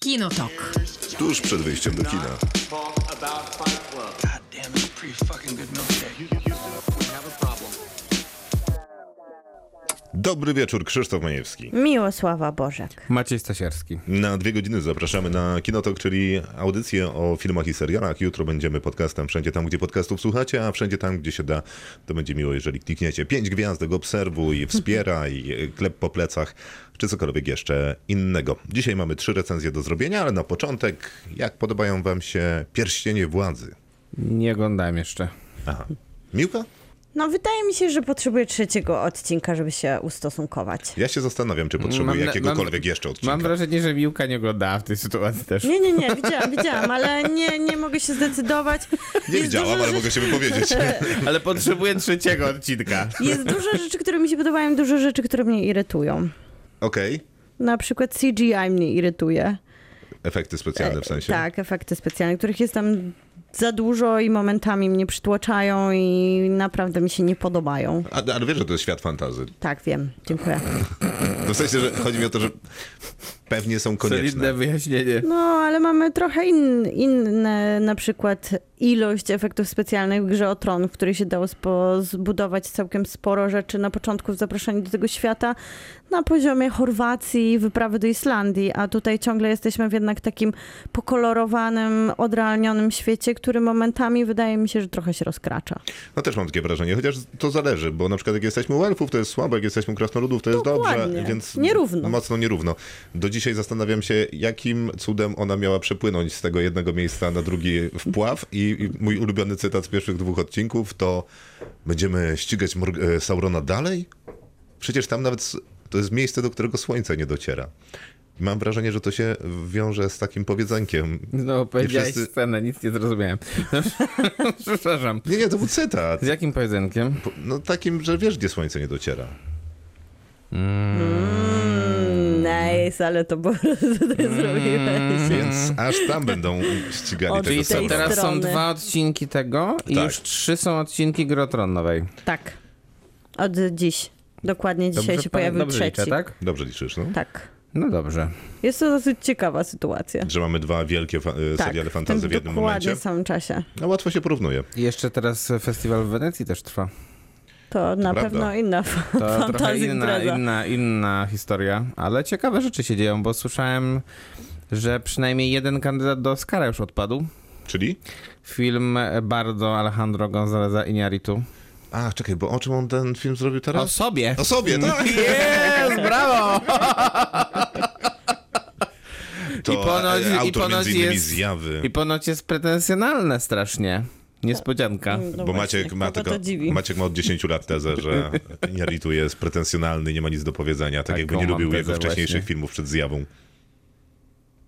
Kinotok. Tuż przed wyjściem do kina. Dobry wieczór, Krzysztof Majewski. Miłosława Bożek. Maciej Stasierski. Na dwie godziny zapraszamy na Kinotok, czyli audycję o filmach i serialach. Jutro będziemy podcastem wszędzie tam, gdzie podcastów słuchacie, a wszędzie tam, gdzie się da. To będzie miło, jeżeli klikniecie pięć gwiazdek, obserwuj, wspieraj, e, klep po plecach, czy cokolwiek jeszcze innego. Dzisiaj mamy trzy recenzje do zrobienia, ale na początek, jak podobają wam się Pierścienie Władzy? Nie oglądałem jeszcze. Aha. Miłka? No wydaje mi się, że potrzebuję trzeciego odcinka, żeby się ustosunkować. Ja się zastanawiam, czy potrzebuję Mam- jakiegokolwiek mam- jeszcze odcinka. Mam wrażenie, że Miłka nie oglądała w tej sytuacji też. Nie, nie, nie, widziałam, widziałam, ale nie, nie mogę się zdecydować. Nie Jest dużo widziałam, ale rzeczy- mogę się wypowiedzieć. Ale potrzebuję trzeciego odcinka. Jest dużo rzeczy, które mi się podobają, dużo rzeczy, które mnie irytują. Okej. Na przykład CGI mnie irytuje. Efekty specjalne w sensie. Tak, efekty specjalne, których jest tam za dużo i momentami mnie przytłaczają i naprawdę mi się nie podobają. A- Ale wiesz, że to jest świat fantazy. Tak, wiem, dziękuję. No w sensie, że chodzi mi o to, że pewnie są Solidne konieczne. wyjaśnienie. No, ale mamy trochę in, inne, na przykład ilość efektów specjalnych w grze o tron, w której się dało spo, zbudować całkiem sporo rzeczy na początku w zaproszeniu do tego świata na poziomie Chorwacji, wyprawy do Islandii, a tutaj ciągle jesteśmy w jednak takim pokolorowanym, odrealnionym świecie, który momentami wydaje mi się, że trochę się rozkracza. No też mam takie wrażenie, chociaż to zależy, bo na przykład jak jesteśmy u elfów, to jest słabo, jak jesteśmy u krasnoludów, to jest dobrze, Dokładnie. więc Nierówno. mocno nierówno. Do dzisiaj zastanawiam się, jakim cudem ona miała przepłynąć z tego jednego miejsca na drugi wpław i, i mój ulubiony cytat z pierwszych dwóch odcinków to będziemy ścigać Mor- e, Saurona dalej? Przecież tam nawet s- to jest miejsce, do którego słońce nie dociera. I Mam wrażenie, że to się wiąże z takim powiedzenkiem. No, powiedziałeś I wszyscy- scenę, nic nie zrozumiałem. No, Przepraszam. Nie, nie, to był cytat. Z jakim pojedynkiem? Po- No takim, że wiesz, gdzie słońce nie dociera. Nice, ale to po prostu Mm. zrobiłeś. Więc aż tam będą ścigali tego Od Czyli tej co, Saurona. Mhm. teraz są strony. dwa odcinki tego i Tak. już trzy są odcinki Grotronowej. Tak, od dziś. Dokładnie dzisiaj się pojawił dobrze trzeci. liczę, tak? Dobrze liczysz, no? tak. No dobrze. Jest to dosyć ciekawa sytuacja. Że mamy dwa wielkie fa- e, Tak, seriale fantazy w jednym dokładnie momencie. w samym czasie. No łatwo się porównuje. I jeszcze teraz festiwal w Wenecji też trwa. To na prawda. pewno inna To trochę fantazja, inna, inna, inna historia, ale ciekawe rzeczy się dzieją, bo słyszałem, że przynajmniej jeden kandydat do Oscara już odpadł. Czyli? Film bardzo Alejandro Gonzaleza Iñárritu. A, czekaj, bo o czym on ten film zrobił O teraz? sobie! No. O sobie, tak! Jest, brawo! To I ponoć- e, i autor ponoć między innymi jest- Zjawy. I ponoć jest pretensjonalne strasznie. Niespodzianka. Bo Maciek ma, tylko... tylko, No to dziwi. Maciek ma od 10 lat tezę, że Jaritu jest pretensjonalny, nie ma nic do powiedzenia, tak Taką jakby nie mam lubił jego tezę wcześniejszych właśnie. filmów przed zjawą.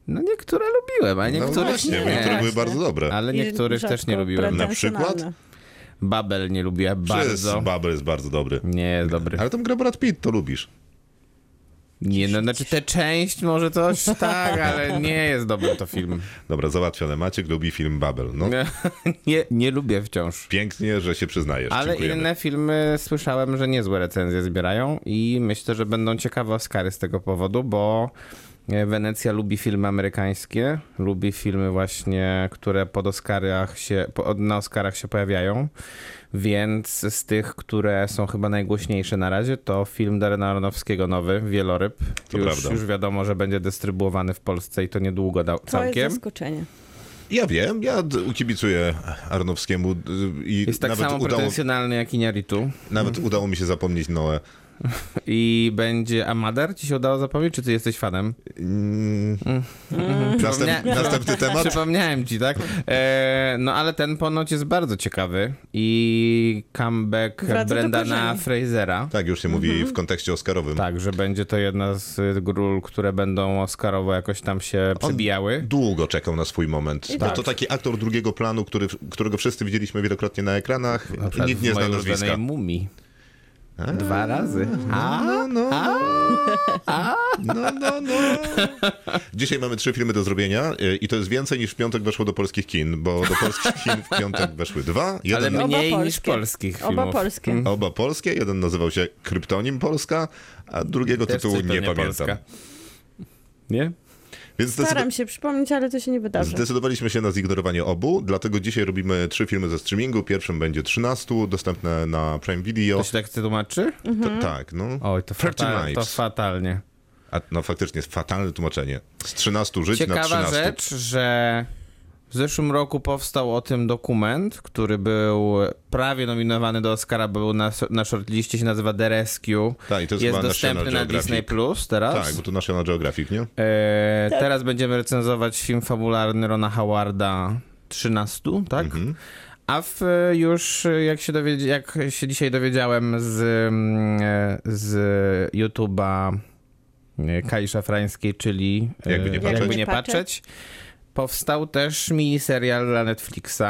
No niektóre lubiłem, a niektórych no właśnie, nie. bo niektóre były bardzo dobre. Ale niektórych Rzadko też nie lubiłem. Na przykład? pretensjonalne. Babel nie lubiłem Przez bardzo. Babel jest bardzo dobry. Nie jest dobry. Ale tam gra Brad Pitt, to lubisz. Nie, no znaczy tę część może coś tak, ale nie jest dobry to film. Dobra, załatwione. Maciek lubi film Babel. No, Nie, nie lubię wciąż. pięknie, że się przyznajesz. Ale Dziękujemy. inne filmy słyszałem, że niezłe recenzje zbierają i myślę, że będą ciekawe Oscary z tego powodu, bo e, Wenecja lubi filmy amerykańskie, lubi filmy właśnie, które pod Oscarach się, po- od- na Oscarach się pojawiają, więc z tych, które są chyba najgłośniejsze na razie, to film Darena Aronowskiego nowy, Wieloryb. To już, prawda. już wiadomo, że będzie dystrybuowany w Polsce i to niedługo da- To jest całkiem. zaskoczenie. Ja wiem, ja d- kibicuję Arnowskiemu d- i Jest tak nawet, samo Mm. udało, pretensjonalny jak Iniaritu. nawet udało mi się zapomnieć Noe. I będzie Amadar? Ci się udało zapomnieć, czy ty jesteś fanem? Mm. Następ, Przypomnia- następny temat? Przypomniałem ci, tak? E, no ale ten ponoć jest bardzo ciekawy i comeback Wraca do Brendana korzeni. Frasera. Tak, już się mówi w kontekście oscarowym. Tak, że będzie to jedna z y, ról, które będą Oscarowo jakoś tam się przebijały. Długo czekał na swój moment. Bo to taki aktor drugiego planu, który, którego wszyscy widzieliśmy wielokrotnie na ekranach. Na przykład Nikt nie w zna mojej ulubionej nazwiska. Mumii. Dwa razy. A, a, a, No, no, no. Dzisiaj mamy trzy filmy do zrobienia y, i to jest więcej niż w piątek weszło do polskich kin, bo do polskich kin w piątek weszły dwa. Ale Jeden, Oba mniej niż polskie. polskich filmów. Oba polskie. Mm. Oba polskie, jeden nazywał się Kryptonim Polska, a drugiego Też tytułu nie Cypr, pamiętam. Polska. Nie? Więc zdecyd- Staram się przypomnieć, ale to się nie wydarzy. zdecydowaliśmy się na zignorowanie obu, dlatego dzisiaj robimy trzy filmy ze streamingu. Pierwszym będzie 13, dostępne na Prime Video. To się tak tłumaczy? T- tak, no. Oj, to, 30 fatal, to Lives. fatalnie. A, no faktycznie jest fatalne tłumaczenie. Z 13 żyć na Ciekawa 13. rzecz, że w zeszłym roku powstał o tym dokument, który był prawie nominowany do Oscara, był na, na shortliście, się nazywa The Rescue. Tak, i to jest, Jest chyba dostępny na National Disney Geographic. Plus teraz. Tak, bo to National Geographic, nie? E, Teraz będziemy recenzować film fabularny Rona Howarda 13, tak? Mhm. A w, e, już e, jak się, dowiedz, jak się dzisiaj dowiedziałem z, mm, e, z YouTube'a e, Kai Szafrańskiej, czyli e, Jakby nie patrzeć. jakby nie patrzeć, powstał też miniserial dla Netflixa,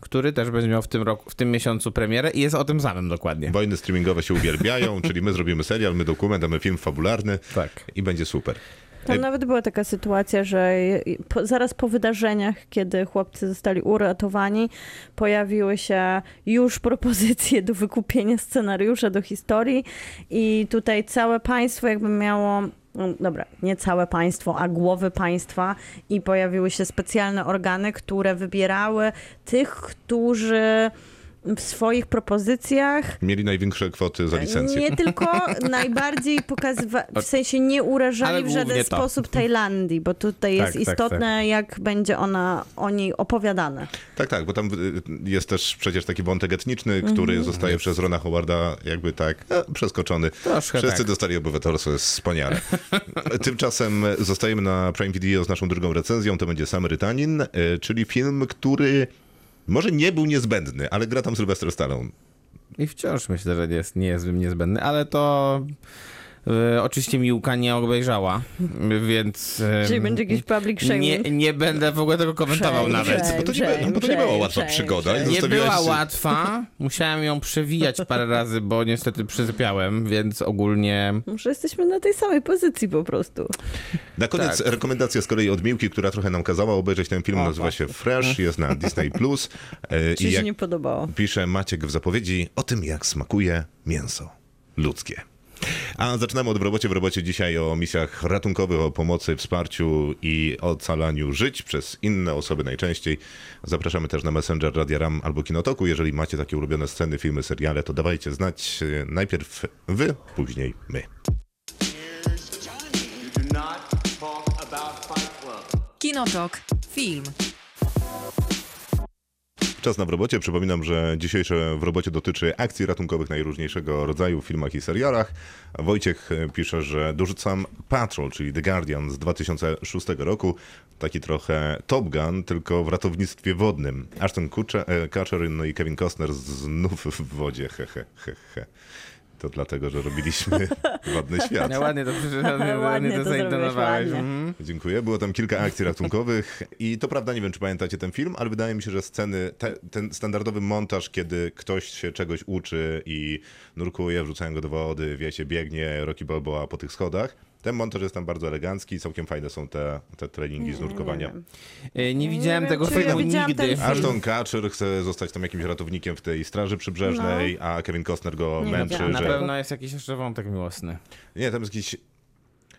który też będzie miał w tym, roku, w tym miesiącu premierę i jest o tym samym dokładnie. Wojny streamingowe się uwielbiają, czyli my zrobimy serial, my dokument, a my film fabularny Tak. i będzie super. Tam nawet była taka sytuacja, że je- po, zaraz po wydarzeniach, kiedy chłopcy zostali uratowani, pojawiły się już propozycje do wykupienia scenariusza do historii i tutaj całe państwo jakby miało no dobra, nie całe państwo, a głowy państwa i pojawiły się specjalne organy, które wybierały tych, którzy w swoich propozycjach Mieli największe kwoty E, za licencję. nie tylko najbardziej pokazywa, w sensie nie Ale urażali w głównie żaden to. sposób Tajlandii, bo tutaj jest Tak, tak, istotne, jak będzie ona o niej opowiadane. Tak, tak, bo tam y, jest też przecież taki wątek etniczny, który Mhm. zostaje przez Rona Howarda jakby tak e, przeskoczony. Troszkę Wszyscy tak. dostali obywatelstwo, jest wspaniale. Tymczasem zostajemy na Prime Video z naszą drugą recenzją, to będzie Samarytanin, y, czyli film, który może nie był niezbędny, ale gra tam Sylwester Stallone. I wciąż myślę, że nie jest, nie jest niezbędny, ale to e, oczywiście Miłka nie obejrzała, więc... e, Czyli będzie jakiś Mm, public nie, shaming. nie będę w ogóle tego komentował Shame, nawet. shame. Bo to nie, be- bo to nie była łatwa przygoda. i Nie zostawiłaś- była łatwa, musiałem ją przewijać parę razy, bo niestety przysypiałem, więc ogólnie Może jesteśmy na tej samej pozycji po prostu. Na koniec rekomendacja z kolei od Miłki, która trochę nam kazała obejrzeć ten film, Tak. O, nazywa się Fresh, jest na Disney+. Plus. E, Ci I się jak nie podobało. pisze Maciek w zapowiedzi o tym, jak smakuje mięso ludzkie. A zaczynamy od w robocie. W robocie dzisiaj o misjach ratunkowych, o pomocy, wsparciu i ocalaniu żyć przez inne osoby najczęściej. Zapraszamy też na Messenger Radia Ram albo Kinotoku. Jeżeli macie takie ulubione sceny, filmy, seriale, to dawajcie znać. E, Najpierw wy, później my. You do not talk about Fight Club. Kinotok. Film. Czas na w robocie. Przypominam, że dzisiejsze w robocie dotyczy akcji ratunkowych najróżniejszego rodzaju w filmach i serialach. Wojciech e, pisze, że dorzucam Patrol, czyli The Guardian z 2006 roku. Taki trochę Top Gun, tylko w ratownictwie wodnym. Ashton Kutcher, e, Kutcher no i Kevin Costner znów w wodzie. He, he, he, he. To dlatego, że robiliśmy ładny świat. ja No ładnie to, ładnie, Ładnie ładnie to to zaintonowałeś. zrobiłeś, ładnie. Mhm. Dziękuję. Było tam kilka akcji ratunkowych i to prawda, nie wiem, czy pamiętacie ten film, ale wydaje mi się, że sceny, te, ten standardowy montaż, kiedy ktoś się czegoś uczy i nurkuje, wrzucają go do wody, wiecie, biegnie Rocky Balboa po tych schodach, ten montaż jest tam bardzo elegancki i całkiem fajne są te, te treningi z nurkowania. E, Nie widziałem wiem, tego czy ja filmu widziałam nigdy. ten film. Ashton Kutcher chce zostać tam jakimś ratownikiem w tej straży przybrzeżnej, a Kevin Costner go Nie męczy, wiedziałam. No. Na że... pewno jest jakiś jeszcze wątek miłosny. Nie, tam jest jakiś...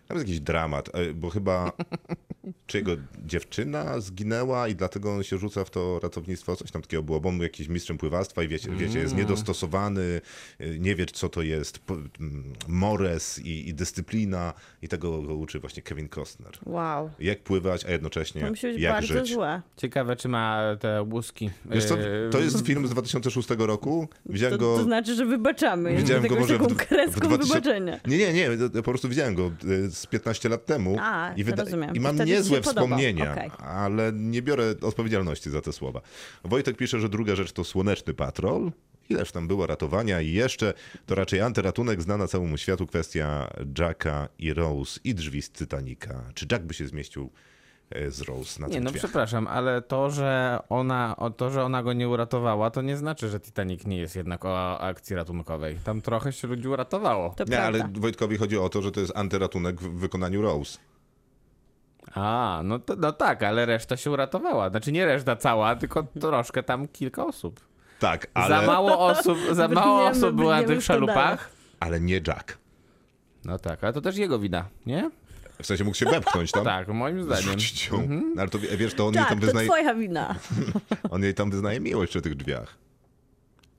Tam jest jakiś dramat, e, bo chyba czy jego dziewczyna zginęła i dlatego on się rzuca w to ratownictwo, coś tam takiego było, bo on był jakimś mistrzem pływactwa i wiecie, wiecie Mm. jest niedostosowany, y, nie wie co to jest p- m, mores i, i dyscyplina i tego go uczy właśnie Kevin Costner. Wow. Jak pływać, a jednocześnie To musi być jak bardzo żyć. złe. Ciekawe, czy ma te łuski. Wiesz co, e, to jest film z 2006 roku, widziałem To, go... to znaczy, że wybaczamy. Widziałem Widziałem go taką, może w d- taką w kreską 2000 wybaczenia. Nie, nie, nie, to- to po prostu widziałem go y, z 15 lat temu A, i, rozumiem. i I mam wtedy ci się niezłe podobał. wspomnienia, Okej. ale nie biorę odpowiedzialności za te słowa. Wojtek pisze, że druga rzecz to słoneczny patrol. Ileż tam było ratowania i jeszcze to raczej antyratunek znana całemu światu kwestia Jacka i Rose i drzwi z Titanica. Czy Jack by się zmieścił e, z Rose na Nie, tych no drzwiach. przepraszam, ale to że, ona, o to, że ona go nie uratowała, to nie znaczy, że Titanic nie jest jednak o akcji ratunkowej. Tam trochę się ludzi uratowało. To Nie, prawda. ale Wojtkowi chodzi o to, że to jest antyratunek w wykonaniu Rose. A, no, to, no tak, ale reszta się uratowała. Znaczy nie reszta cała, tylko troszkę tam kilka osób. Tak, ale, Za mało osób, za mało Brniemy, osób było na brniemy tych w pedałach. szalupach. ale nie Jack. No tak, ale to też jego wina, nie? W sensie mógł się wepchnąć tam. Tak, Mhm. moim zdaniem. Rzucić ją. No, Ale to wie- wiesz, to on, jej Tak, tam to wyznaje, twoja wina. on jej tam wyznaje miłość przy tych drzwiach.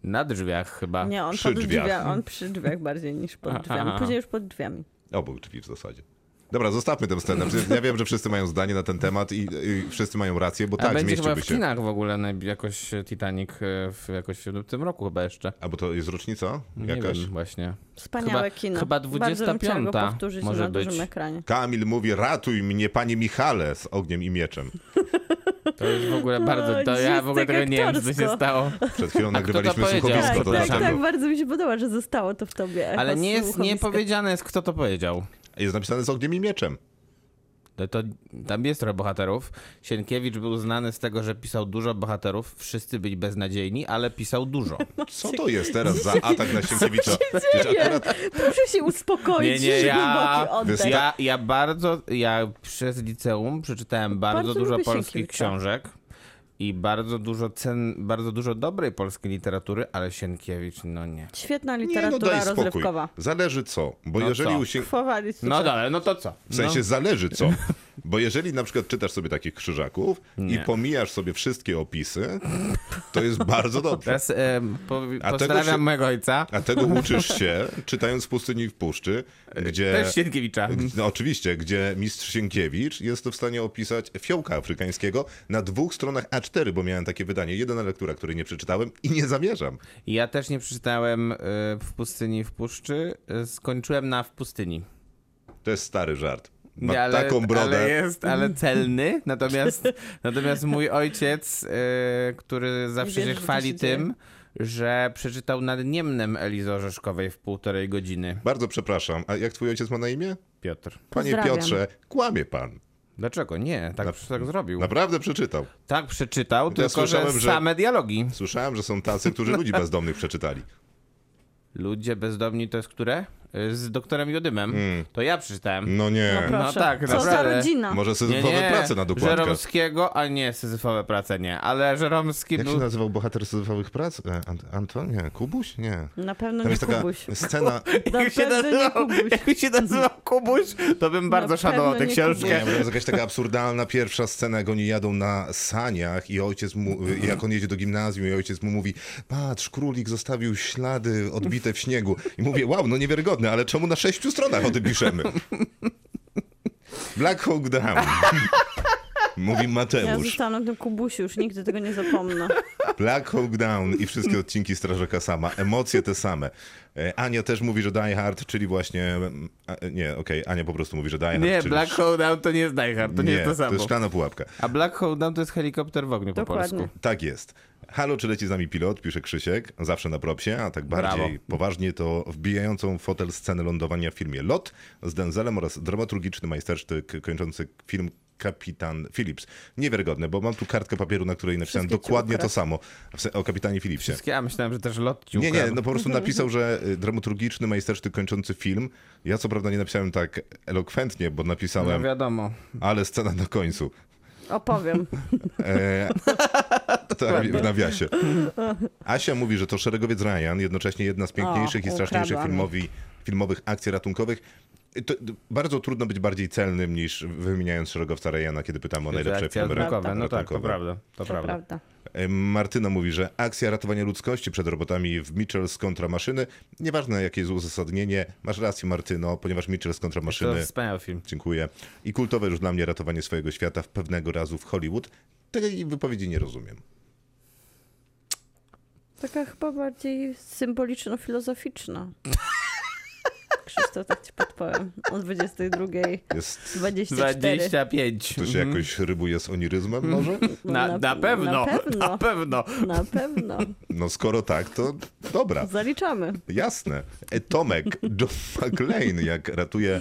Na drzwiach chyba. Nie, on Przy pod drzwiach. drzwiami. On przy drzwiach bardziej niż pod Aha. drzwiami. Później już pod drzwiami. Obok drzwi w zasadzie. Dobra, zostawmy tę scenę. Przecież Ja wiem, że wszyscy mają zdanie na ten temat i, i wszyscy mają rację, bo A tak, będzie chyba zmieściłby w się. kinach w ogóle naj- jakoś Titanic e, w, jakoś w tym roku chyba jeszcze. A bo to jest rocznica Nie jakaś? wiem właśnie. Wspaniałe Chyba- kino. chyba Bardzo bym chciała go 25 powtórzyć może na być. dużym ekranie. Kamil mówi, ratuj mnie, panie Michale, z ogniem i mieczem. To jest w ogóle bardzo... To gdzie ja jest w ogóle tak tego nie wiem, co aktorsko? się stało. Przed chwilą kto to nagrywaliśmy powiedział? słuchowisko, Tak, to tak, dlatego. tak, bardzo mi się podoba, że zostało to w tobie. echo Ale nie jest, nie słuchowiska. powiedziane jest, kto to powiedział. tak. Jest napisane z ogniem i mieczem. To, to, tam jest trochę bohaterów. Sienkiewicz był znany z tego, że pisał dużo bohaterów. Wszyscy byli beznadziejni, ale pisał dużo. No, Co to jest teraz za atak na Sienkiewicza? Przecież akurat Proszę się uspokoić, Nie, nie, ja- głęboki oddech. Wysta- Ja, ja bardzo, ja przez liceum przeczytałem bardzo, Bardzo dużo lubię polskich Sienkiewicza. książek i bardzo dużo cen, bardzo dużo dobrej polskiej literatury, ale Sienkiewicz, no nie. Świetna nie, no literatura daj spokój. rozrywkowa. Zależy co, bo No jeżeli co? u się... Kwowali super. No dalej, no to co? W sensie zależy co. Bo jeżeli na przykład czytasz sobie takich krzyżaków Nie. i pomijasz sobie wszystkie opisy, to jest bardzo dobrze. Teraz e, po, A tego pozdrawiam się- mojego ojca, A tego uczysz się, czytając w pustyni i w puszczy, gdzie... też Sienkiewicza. No, oczywiście, gdzie mistrz Sienkiewicz jest w stanie opisać fiołka afrykańskiego na dwóch stronach A4, bo miałem takie wydanie. Jedyna lektura, której nie przeczytałem i nie zamierzam. Ja też nie przeczytałem e, w pustyni i w puszczy, e, skończyłem na w pustyni. To jest stary żart. Ma Nie, ale, taką brodę. Ale jest, ale celny. Natomiast, natomiast mój ojciec, y, który zawsze wierzę, się że to chwali się dzieje. tym, że przeczytał nad Niemnem Elizy Orzeszkowej w półtorej godziny. Bardzo przepraszam, a jak twój ojciec ma na imię? Piotr. Panie Pozdrawiam. Piotrze, kłamie pan. Dlaczego? Nie, tak, Znaczy, tak zrobił. Naprawdę przeczytał. Tak przeczytał, tylko że, no. słyszałem, że- same dialogi. Słyszałem, że są tacy, którzy ludzi bezdomnych przeczytali. Ludzie bezdomni to jest które? Y, Z doktorem Jodymem. To ja przeczytałem. Hmm. No nie. No Proszę. tak, Co za naprawdę. rodzina. Może syzyfowe prace na dokładkę. Żeromskiego, a nie syzyfowe prace, nie. Ale Żeromski Jak był się nazywał bohater syzyfowych prac? E, Ant- Anton? Nie. Kubuś? Nie. Na pewno Tam nie jest taka Kubuś. scena... Na Jakby No, pewno się, nie nazywał, Kubuś. No, jakby się nazywał Kubuś, to bym bardzo szanował tę pewno nie Nie, książkę. bo to jest jakaś taka absurdalna pierwsza scena, jak oni jadą na saniach i ojciec mu, jak on jedzie do gimnazjum i ojciec mu mówi, patrz, królik zostawił ślady odbite w śniegu. I mówię, wow, no niewiarygodne, ale czemu na sześciu stronach o tym piszemy? Black Hawk Down. Mówi Ja Mateusz. zostałam na tym Kubusiu, już nigdy tego nie zapomnę. Black Hawk Down i wszystkie odcinki Strażaka Sama. Emocje te same. E, Ania też mówi, że Die Hard, czyli właśnie... mm, a, Nie, okej, Ania po prostu mówi, że Die Hard, Nie, czyli... Black Hole Down to nie jest Die Hard, to nie, jest to no, to samo. jest szklana pułapka. A Black Hole Down to jest helikopter w ogniu po Dokładnie. polsku. Tak jest. Halo, czy leci z nami pilot? Pisze Krzysiek, zawsze na propsie, a tak bardziej Brawo. poważnie to wbijającą w fotel scenę lądowania w filmie Lot z Denzelem oraz dramaturgiczny majstersztyk kończący film Kapitan Phillips. Niewiarygodne, bo mam tu kartkę papieru, na której napisałem Wszystkie ci dokładnie to ukradł. samo w se- o Kapitanie Philipsie. Wszystkie, ja myślałem, że też lot ci Nie, nie, ukradł. no po prostu napisał, że y, dramaturgiczny majstersztyk kończący film. Ja co prawda nie napisałem tak elokwentnie, bo No napisałem, wiadomo. ale scena na końcu. Opowiem. E, tak, w nawiasie. Asia mówi, że to szeregowiec Ryan, jednocześnie jedna z piękniejszych O, i straszniejszych ukradłam. filmowi, filmowych akcji ratunkowych. To, d- bardzo trudno być bardziej celnym niż wymieniając szeregowca Ryana, kiedy pytamy o najlepsze Akcja filmy ratunkowe. ratunkowe. No tak, to prawda. To To prawda. prawda. E, Martyna mówi, że akcja ratowania ludzkości przed robotami w Mitchells kontra maszyny, nieważne jakie jest uzasadnienie, masz rację Martyno, ponieważ Mitchells kontra To maszyny wspaniały film. Dziękuję. I kultowe już dla mnie ratowanie swojego świata w pewnego razu w Hollywood. Tej wypowiedzi nie rozumiem. Taka chyba bardziej symboliczno-filozoficzna. Krzysztof, tak ci podpowiem. O 22.24. Jest, 25. to się jakoś rybuje z oniryzmem może? Na, na pewno. No, Na pewno. Na pewno. Na pewno. No skoro tak, to dobra, Zaliczamy. jasne. E, Tomek, John McClane, jak ratuje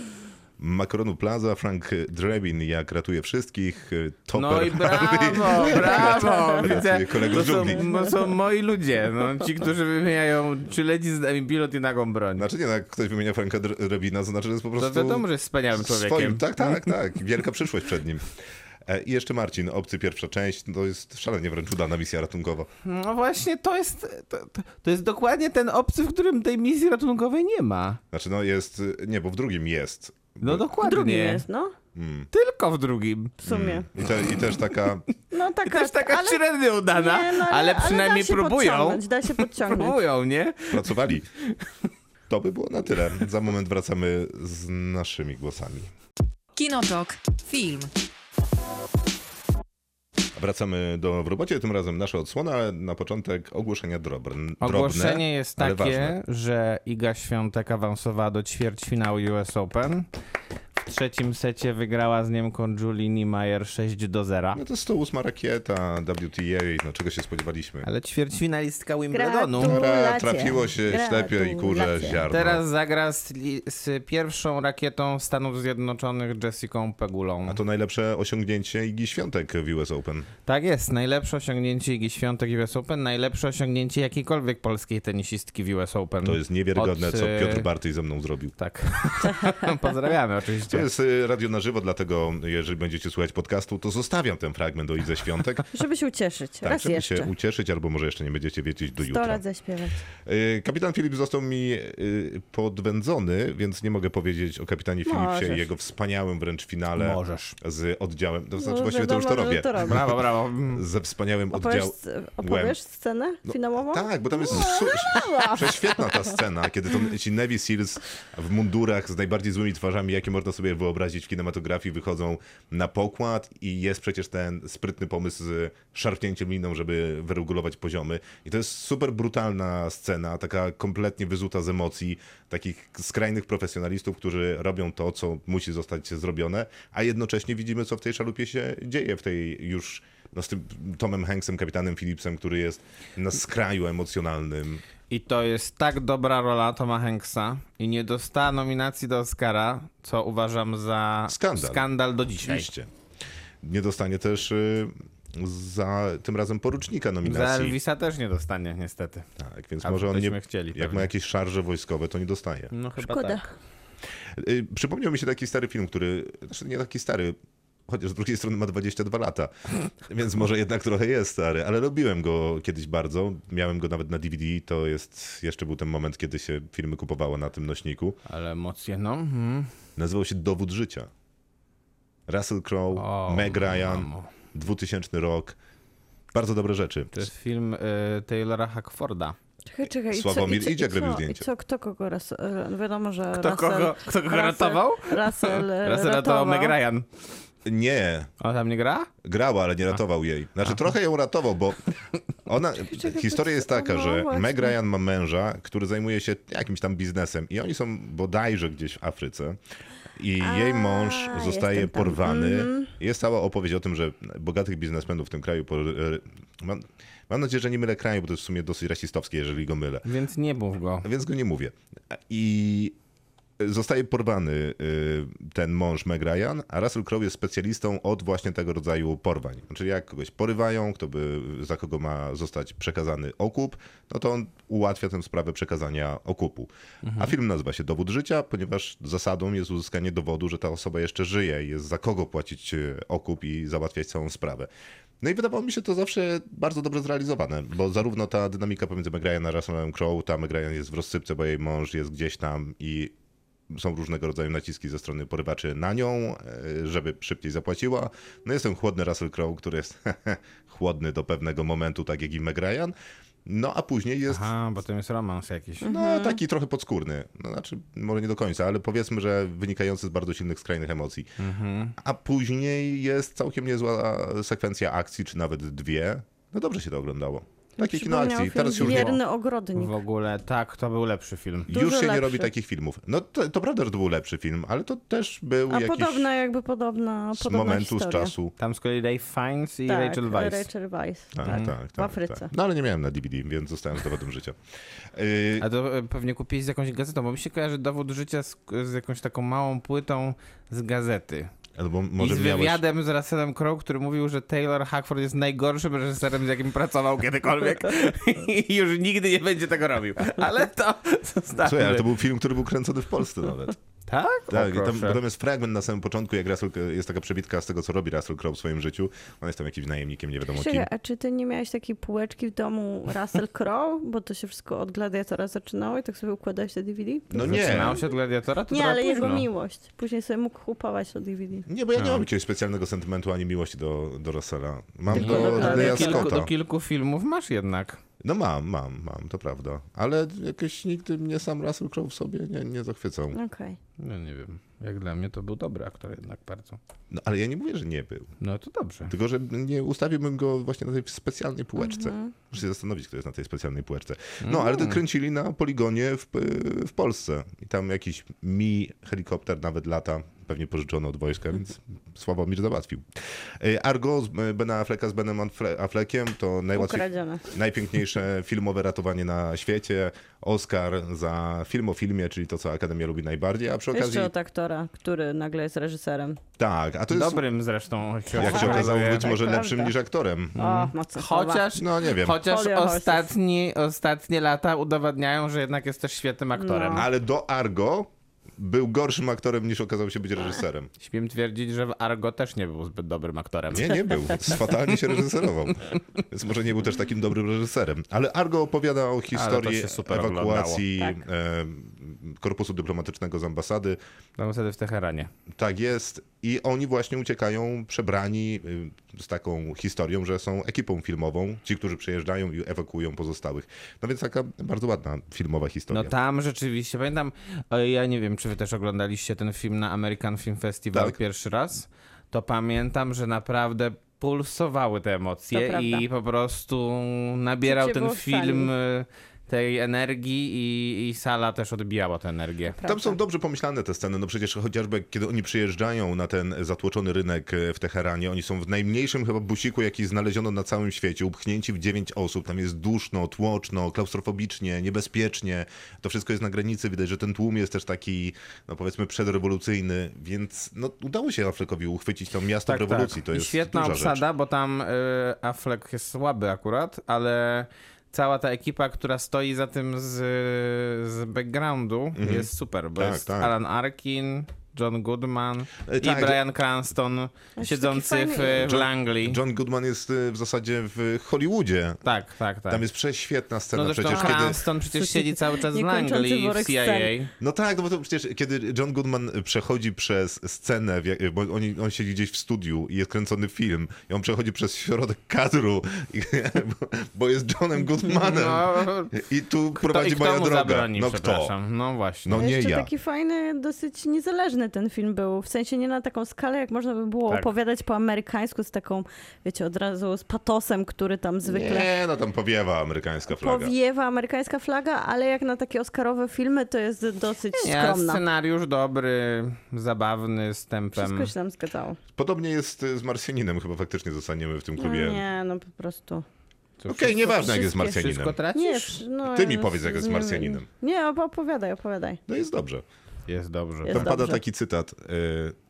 Makaronu Plaza, Frank Drebin jak ratuje wszystkich, e, Topper No i Harvey. brawo, brawo! Widzę, Pracuje kolego to z są, żugli. to są moi ludzie, no, ci, którzy wymieniają czy leci z nami pilot i nagą broń. Znaczy nie, no, jak ktoś wymienia Franka Dr- Drebina, to znaczy, że jest po To prostu... wiadomo, że jest wspaniałym człowiekiem. Mhm. Swoim, tak, tak, tak. Wielka przyszłość przed nim. E, I jeszcze Marcin, obcy pierwsza część, no to jest szalenie wręcz udana misja ratunkowa. No właśnie, to jest, to, to- to jest dokładnie ten obcy, w którym tej misji ratunkowej nie ma. Znaczy no jest, y, nie, bo w drugim jest. No dokładnie. Drugi jest, no. Tylko w drugim. W sumie. I, te, I też taka, No Hmm. I taka, też taka ale, średnio udana, nie, no, ale, przynajmniej da się próbują. podciągnąć, Da się podciągnąć. Próbują, nie? pracowali. To by było na tyle. Za moment wracamy z naszymi głosami. Kinotok. Film. Wracamy do w robocie, tym razem nasza odsłona, ale na początek ogłoszenia drobne. Ogłoszenie drobne, jest ale takie, ważne. że Iga Świątek awansowała do ćwierćfinału US Open. W trzecim secie wygrała z Niemką Julie Niemeyer 6 do 0. No to 108 rakieta, WTA, no czego się spodziewaliśmy. Ale ćwierćfinalistka Wimbledonu Tra- Gratulacje. trafiło się ślepie i kurze Gratulacje. ziarno. teraz zagra z, li- z pierwszą rakietą Stanów Zjednoczonych Jessiką Pegulą. A to najlepsze osiągnięcie Igi Świątek w US Open. Tak jest, najlepsze osiągnięcie Igi Świątek w US Open, najlepsze osiągnięcie jakiejkolwiek polskiej tenisistki w US Open. To jest niewiarygodne, Od, co e, Piotr Bartyj ze mną zrobił. Tak. Pozdrawiamy To oczywiście. jest y, radio na żywo, dlatego jeżeli będziecie słuchać podcastu, to zostawiam ten fragment o Idze Świątek. Żeby się ucieszyć. Tak, Raz żeby jeszcze. się ucieszyć, albo może jeszcze nie będziecie wiedzieć do Sto jutra. lat zaśpiewać. Y, Kapitan Filip został mi y, podwędzony, więc nie mogę powiedzieć o kapitanie Filipsie Możesz. i jego wspaniałym wręcz finale Możesz. z oddziałem. To znaczy No, właściwie to już to wiadomo, że robię. to robię. Brawo, brawo. Ze wspaniałym Opowiesz, oddziałem. opowiesz scenę No, finałową? Tak, bo tam jest su- prześwietna ta scena, kiedy to ci Navy Seals w mundurach z najbardziej złymi twarzami, jakie można sobie wyobrazić w kinematografii, wychodzą na pokład i jest przecież ten sprytny pomysł z szarpnięciem liną, żeby wyregulować poziomy. I to jest super brutalna scena, taka kompletnie wyzuta z emocji, takich skrajnych profesjonalistów, którzy robią to, co musi zostać zrobione, a jednocześnie widzimy, co w tej szalupie się dzieje, w tej już no, z tym Tomem Hanksem, kapitanem Philipsem, który jest na skraju emocjonalnym. I to jest tak dobra rola Toma Hanksa i nie dostała nominacji do Oscara, co uważam za Skandal. skandal do dzisiaj. Oczywiście. Nie dostanie też y, za tym razem porucznika Za nominacji. Elvisa też nie dostanie niestety. Tak, więc A może on nie. byśmy chcieli jak pewnie. ma jakieś szarże wojskowe, to nie dostaje. No chyba Szkoda. tak. Y, przypomniał mi się taki stary film, który. Znaczy nie taki stary. Chociaż z drugiej strony ma 22 lata, więc może jednak trochę jest stary, ale lubiłem go kiedyś bardzo. Miałem go nawet na DVD, to jest jeszcze był ten moment, kiedy się filmy kupowało na tym nośniku. Ale emocje, no. mhm. Nazywał się Dowód Życia. Russell Crowe, no, O, no, Meg Ryan, mamo. 2000 rok. Bardzo dobre rzeczy. To jest film y, Taylora Hackforda. Czekaj, czekaj. i co- Sławomir i co- i Idziak co- robił i zdjęcie. Co, kto kogo raz... e, Wiadomo, że Kto Russell, kogo- kto kogo Russell- ratował? Russell, e, Raz ratował ratował. Meg Ryan. Nie, Ona tam nie gra? grała, ale nie ratował jej. Znaczy trochę ją ratował, bo ona, czekaj, historia bo- jest taka, no że właśnie. Meg Ryan ma męża, który zajmuje się jakimś tam biznesem i oni są bodajże gdzieś w Afryce. I A, jej mąż jestem zostaje tam. porwany. Mhm. Jest cała opowieść o tym, że bogatych biznesmenów w tym kraju. Por... e, Mam, mam nadzieję, że nie mylę kraju, bo to jest w sumie dosyć rasistowskie, jeżeli go mylę. Więc nie mów go. No więc go nie mówię. I zostaje porwany y, ten mąż Meg Ryan, a Russell Crowe jest specjalistą od właśnie tego rodzaju porwań. Czyli jak kogoś porywają, kto by, za kogo ma zostać przekazany okup, no to on ułatwia tę sprawę przekazania okupu. A film nazywa się Dowód Życia, ponieważ zasadą jest uzyskanie dowodu, że ta osoba jeszcze żyje i jest za kogo płacić y, okup i załatwiać całą sprawę. No i wydawało mi się to zawsze bardzo dobrze zrealizowane, bo zarówno ta dynamika pomiędzy Meg Ryan a Russellem Crowe, ta Meg Ryan jest w rozsypce, bo jej mąż jest gdzieś tam i są różnego rodzaju naciski ze strony porywaczy na nią, e, żeby szybciej zapłaciła. No jest ten chłodny Russell Crowe, który jest chłodny do pewnego momentu, tak jak i Meg Ryan. No a później jest Aha, bo to jest romans jakiś. Mhm. no, taki trochę podskórny. No, znaczy, może nie do końca, ale powiedzmy, że wynikający z bardzo silnych, skrajnych emocji. A później jest całkiem niezła sekwencja akcji, czy nawet dwie. No dobrze się to oglądało. Takie kino Przypomniał akcji. film Teraz się już nie, Wierny ogrodnik. W ogóle tak, to był lepszy film. Dużo już się nie lepszy. robi takich filmów. No to, to prawda, że to był lepszy film, ale to też był A jakiś podobna, jakby podobna, z podobna momentu, z historia. czasu. Tam z kolei Dave Fiennes i Tak, Rachel Weisz. Mhm. Rachel Weisz. Tak, tak. tak, tak. W Afryce. Tak. No ale nie miałem na DVD, więc zostałem z dowodem życia. Yy, A to e, pewnie kupiłeś z jakąś gazetą, bo mi się kojarzy dowód życia z, z jakąś taką małą płytą z gazety. albo I może z miałeś... wywiadem z Russellem Crowe, który mówił, że Taylor Hackford jest najgorszym reżyserem, z jakim pracował kiedykolwiek i już nigdy nie będzie tego robił. Ale to zostawmy. Słuchaj, ale to był film, który był kręcony w Polsce nawet. Tak? Tak, o, i tam, proszę. bo tam jest fragment na samym początku, jak Russell, jest taka przebitka z tego, co robi Russell Crowe w swoim życiu. On jest tam jakimś najemnikiem, nie wiadomo kim. Krzysiek, a czy ty nie miałeś takiej półeczki w domu Russell Crowe, bo to się wszystko od Gladiatora zaczynało i tak sobie układałeś te DVD? No nie, Zaczynało się od Gladiatora? To nie, trochę ale jego późno. miłość. Później sobie mógł kupować to DVD. nie, bo ja nie No. mam jakiegoś specjalnego sentymentu ani miłości do, do Russella. Mam Tylko do do Leja do, kilku, do Scotta. kilku filmów masz jednak. No mam, mam, mam, to prawda. Ale jakoś nigdy mnie sam Russell Crowe w sobie nie, nie zachwycał. Okej. No nie wiem. Jak dla mnie to był dobry aktor jednak bardzo. No ale ja nie mówię, że nie był. No to dobrze. Tylko, że nie ustawiłbym go właśnie na tej specjalnej półeczce. Mhm. Muszę się zastanowić, kto jest na tej specjalnej półeczce. No, ale to kręcili na poligonie w, w Polsce. I tam jakiś mi helikopter nawet lata, pewnie pożyczony od wojska, więc Sławomir załatwił. E, Argo z e, Bena Afflecka z Benem Affle- Affleckiem to najłatwiej, Ukradzione. najpiękniejsze filmowe ratowanie na świecie. Oscar za film o filmie, czyli to, co Akademia lubi najbardziej, a przy okazji... Jeszcze tak- od aktora, który nagle jest reżyserem. Tak, a to jest... Dobrym zresztą. Jak się okazało, być Tak, No. może prawda. lepszym niż aktorem. O, mocno Chociaż, No nie wiem. chociaż Folio Horses. ostatni, ostatnie lata udowadniają, że jednak jest też świetnym No. aktorem. No Ale do Argo był gorszym aktorem niż okazał się być reżyserem. Śmiem twierdzić, że w Argo też nie był zbyt dobrym aktorem. Nie, nie był. Fatalnie się reżyserował. Więc może nie był też takim dobrym reżyserem. Ale Argo opowiada o Ale to historii się super ewakuacji oglądało. e, korpusu dyplomatycznego z ambasady. Tam No, wtedy w Teheranie. Tak jest. I oni właśnie uciekają przebrani y, z taką historią, że są ekipą filmową. Ci, którzy przyjeżdżają i ewakuują pozostałych. No więc taka bardzo ładna filmowa historia. No tam rzeczywiście, pamiętam, e, ja nie wiem, czy wy też oglądaliście ten film na American Film Festival Tak. pierwszy raz, to pamiętam, że naprawdę pulsowały te To emocje prawda. i po prostu nabierał Życie ten było w sali. film e, tej energii i, i sala też odbijała tę energię. Tam są dobrze pomyślane te sceny, no przecież chociażby kiedy oni przyjeżdżają na ten zatłoczony rynek e, w Teheranie, oni są w najmniejszym chyba busiku, jaki znaleziono na całym świecie, upchnięci w dziewięć osób, tam jest duszno, tłoczno, klaustrofobicznie, niebezpiecznie, to wszystko jest na granicy, widać, że ten tłum jest też taki, no powiedzmy przedrewolucyjny, więc no udało się Afrykowi uchwycić to miasto w rewolucji, to jest Tak, I świetna duża obsada, rzecz. bo tam y, Affleck jest słaby akurat, ale cała ta ekipa, która stoi za tym z, z backgroundu jest super, bo Tak, jest tak. Alan Arkin, John Goodman E, tak, i Brian Cranston taki siedzący w, fajny- w Langley. John Goodman jest e, w zasadzie w Hollywoodzie, Tak, tak, tak. tam jest prześwietna scena no zresztą przecież, kiedy... Cranston przecież siedzi cały czas w Niekończący Langley i w worek CIA. scen. No tak, no bo to przecież kiedy John Goodman przechodzi przez scenę, w jak- bo on, on siedzi gdzieś w studiu i jest kręcony film i on przechodzi przez środek kadru, i, bo, bo jest Johnem Goodmanem. No, I tu to, prowadzi i kto moja mu droga. zabroni, no kto? przepraszam. No właśnie. No nie Jeszcze ja. taki fajny, dosyć niezależny ten film był. W sensie nie na taką skalę, jak można by było Tak. opowiadać po amerykańsku z taką, wiecie, od razu z patosem, który tam zwykle Nie, no tam powiewa amerykańska flaga. powiewa amerykańska flaga, ale jak na takie oscarowe filmy, to jest dosyć Nie, skromna. scenariusz dobry, zabawny, z tempem. Wszystko się nam zgadzało. Podobnie jest y, z Marsjaninem, chyba faktycznie zostaniemy w tym No klubie. nie, no po prostu. To Okej, nieważne jak jest z wszystkie- Marsjaninem. Wszystko tak- tracisz? Nie, no, Ty mi ja powiedz, jak z- jest z nie- Marsjaninem. Nie, op- opowiadaj, opowiadaj. No jest dobrze. Jest dobrze. Jest Tam pada dobrze. taki cytat: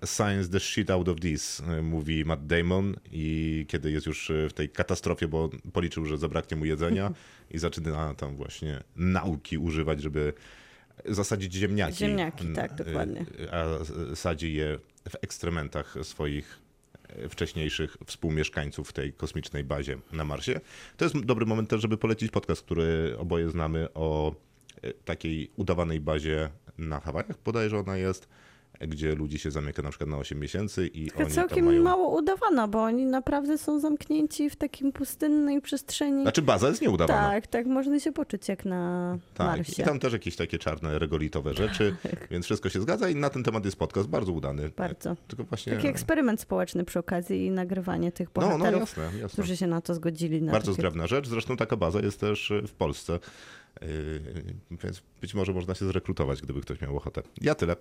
e, Science the shit out of this, e, mówi Matt Damon, i kiedy jest już e, w tej katastrofie, bo policzył, że zabraknie mu jedzenia, i zaczyna tam właśnie nauki używać, żeby zasadzić ziemniaki. Ziemniaki, N- tak, e, dokładnie. A s- y, sadzi je w ekstrementach swoich e, wcześniejszych współmieszkańców w tej kosmicznej bazie na Marsie. To jest m- dobry moment też, żeby polecić podcast, który oboje znamy o e, takiej udawanej bazie na Hawajach, bodajże ona jest, gdzie ludzi się zamyka na przykład na 8 miesięcy i Taka oni tam całkiem mają... mało udawana, bo oni naprawdę są zamknięci w takim pustynnej przestrzeni. Znaczy baza jest nieudawana. tak, tak, można się poczuć jak na Tak, Marsie. Tak. i tam też jakieś takie czarne, regolitowe rzeczy, więc wszystko się zgadza i na ten temat jest podcast bardzo udany. Bardzo. Tylko właśnie... Taki eksperyment społeczny przy okazji i nagrywanie tych no, bohaterów, no jasne, jasne. którzy się na to zgodzili. Na Bardzo takie... zgrabna rzecz, zresztą taka baza jest też y, w Polsce, Yy, więc być może można się zrekrutować, gdyby ktoś miał ochotę. Ja tyle.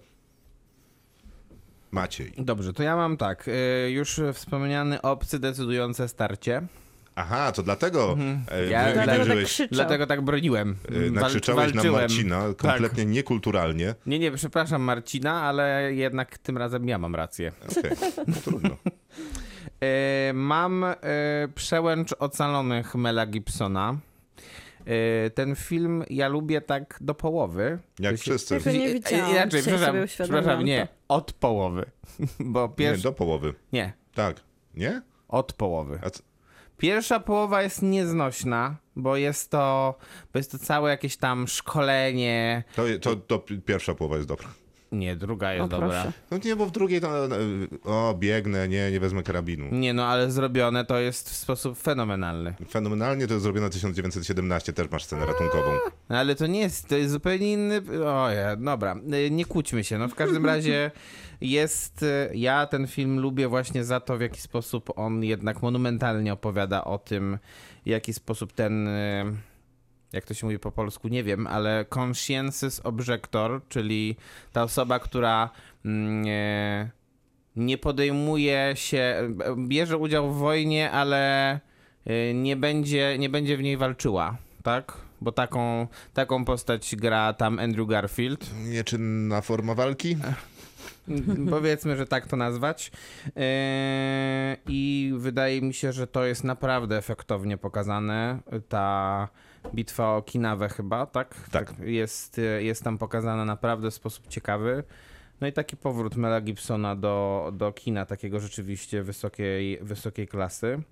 Maciej. Dobrze, to ja mam tak. y, Już wspomniany obcy decydujące starcie. Aha, to dlatego yy, Mhm. Ja- wy- Dlatego tak wierzyłeś, krzyczał. Dlatego tak broniłem. yy, Wal- nakrzyczałeś na walczyłem. Tak. Marcina kompletnie niekulturalnie. Nie, nie, przepraszam Marcina, ale jednak tym razem ja mam rację. Okej, no trudno. E, mam e, przełęcz ocalonych Mela Gibsona. E, ten film ja lubię tak do połowy. Jak To się- wszyscy. Tego nie widziałam, Inaczej, dzisiaj przepraszam, sobie uświadomiłam przepraszam, nie, to. od połowy. Bo Nie, pierwszy. do połowy. Nie, Tak. Nie? od połowy. A c- Pierwsza połowa jest nieznośna, bo jest to, bo jest to całe jakieś tam szkolenie. To, je- to, to pi- pierwsza połowa jest dobra. Nie, druga jest O, dobra. proszę. No nie, bo w drugiej to. yy, O, biegnę, nie, nie wezmę karabinu. Nie, no ale zrobione to jest w sposób fenomenalny. Fenomenalnie to jest zrobione 1917, też masz scenę ratunkową. No ale to nie jest, to jest zupełnie inny. Oje, dobra, y, nie kłóćmy się. No w każdym razie jest. y, Ja ten film lubię właśnie za to, w jaki sposób on jednak monumentalnie opowiada o tym, w jaki sposób ten. y, Jak to się mówi po polsku, nie wiem, ale consciences objector, czyli ta osoba, która. mm, e, nie podejmuje się, bierze udział w wojnie, ale y, nie będzie, nie będzie w niej walczyła, tak? Bo taką, taką postać gra tam Andrew Garfield. Nieczynna forma walki? Mm, Powiedzmy, że tak to nazwać. Yy, I wydaje mi się, że to jest naprawdę efektownie pokazane. Ta bitwa o Kinawę chyba, tak? Tak. Jest, y, jest tam pokazana naprawdę w sposób ciekawy. No i taki powrót Mela Gibsona do, do kina, takiego rzeczywiście wysokiej, wysokiej klasy.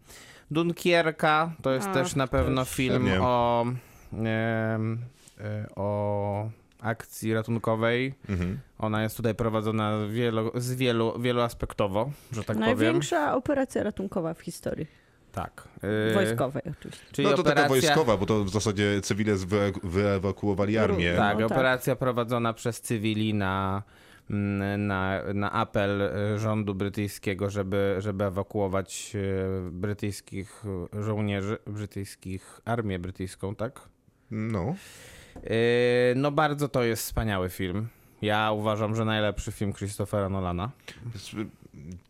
Dunkierka to jest A, też na pewno film Pewnie. o, em, y, o akcji ratunkowej. Mhm. Ona jest tutaj prowadzona wielo, z wielu, wieloaspektowo, że tak powiem. Największa operacja ratunkowa w historii. Tak. Yy, Wojskowej oczywiście. Czyli No to operacja, taka wojskowa, bo to w zasadzie cywile zwye- wyewakuowali armię. Tak, No tak. operacja prowadzona przez cywili na, mm, na, na apel e, rządu brytyjskiego, żeby, żeby ewakuować e, brytyjskich żołnierzy, brytyjskich, armię brytyjską, tak? No. E, No bardzo to jest wspaniały film. Ja uważam, że najlepszy film Christophera Nolana. Więc, y,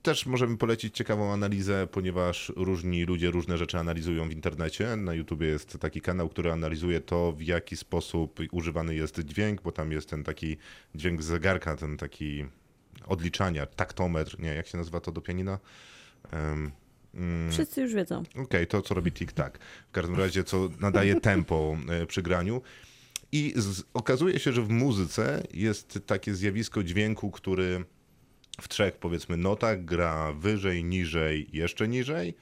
Też możemy polecić ciekawą analizę, ponieważ różni ludzie różne rzeczy analizują w internecie. Na YouTubie jest taki kanał, który analizuje to, w jaki sposób używany jest dźwięk, bo tam jest ten taki dźwięk z zegarka, ten taki odliczania, taktometr, nie, jak się nazywa to do pianina? Em, mm, Wszyscy już wiedzą. Okej, to co robi TikTok. W każdym razie, co nadaje tempo e, przy graniu. I z, okazuje się, że w muzyce jest takie zjawisko dźwięku, który w trzech, powiedzmy, notach gra wyżej, niżej, jeszcze niżej.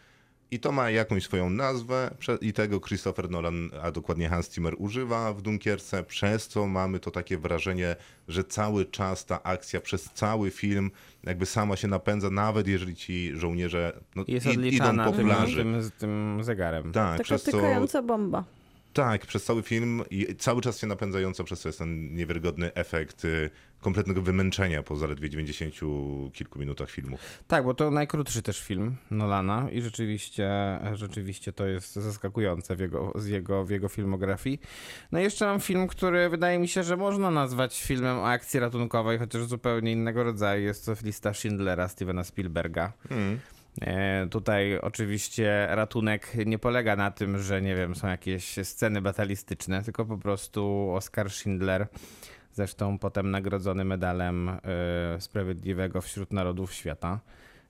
I to ma jakąś swoją nazwę prze- i tego Christopher Nolan, a dokładnie Hans Zimmer używa w Dunkierce, przez co mamy to takie wrażenie, że cały czas ta akcja przez cały film jakby sama się napędza, nawet jeżeli ci żołnierze no, Jest id- idą odliczana po tym, plaży. tym, tym zegarem. Tak, Taka przez co, tykająca bomba. tak, przez cały film i cały czas się napędzająco, przez co jest ten niewiarygodny efekt y, kompletnego wymęczenia po zaledwie 90 kilku minutach filmu. Tak, bo to najkrótszy też film Nolana i rzeczywiście, rzeczywiście to jest zaskakujące w jego, z jego, w jego filmografii. No i jeszcze mam film, który wydaje mi się, że można nazwać filmem o akcji ratunkowej, chociaż zupełnie innego rodzaju. Jest to lista Schindlera Stevena Spielberga. E, Tutaj oczywiście ratunek nie polega na tym, że nie wiem, są jakieś sceny batalistyczne, tylko po prostu Oskar Schindler, zresztą potem nagrodzony medalem e, Sprawiedliwego wśród Narodów Świata,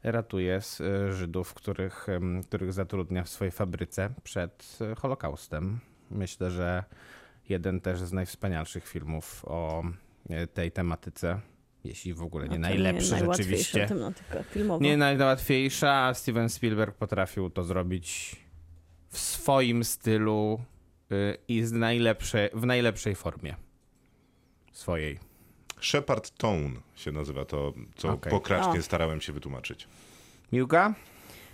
ratuje s- e, Żydów, których, em, których zatrudnia w swojej fabryce przed e, Holokaustem. Myślę, że jeden też z najwspanialszych filmów o e, tej tematyce, jeśli w ogóle nie No To najlepszy najłatwiejsza rzeczywiście. tematyka filmowa. Nie najłatwiejsza, a Steven Spielberg potrafił to zrobić w swoim stylu y, i z najlepszej, w najlepszej formie swojej. Shepard Tone się nazywa to, co Okej. pokracznie O. starałem się wytłumaczyć. No Miłka?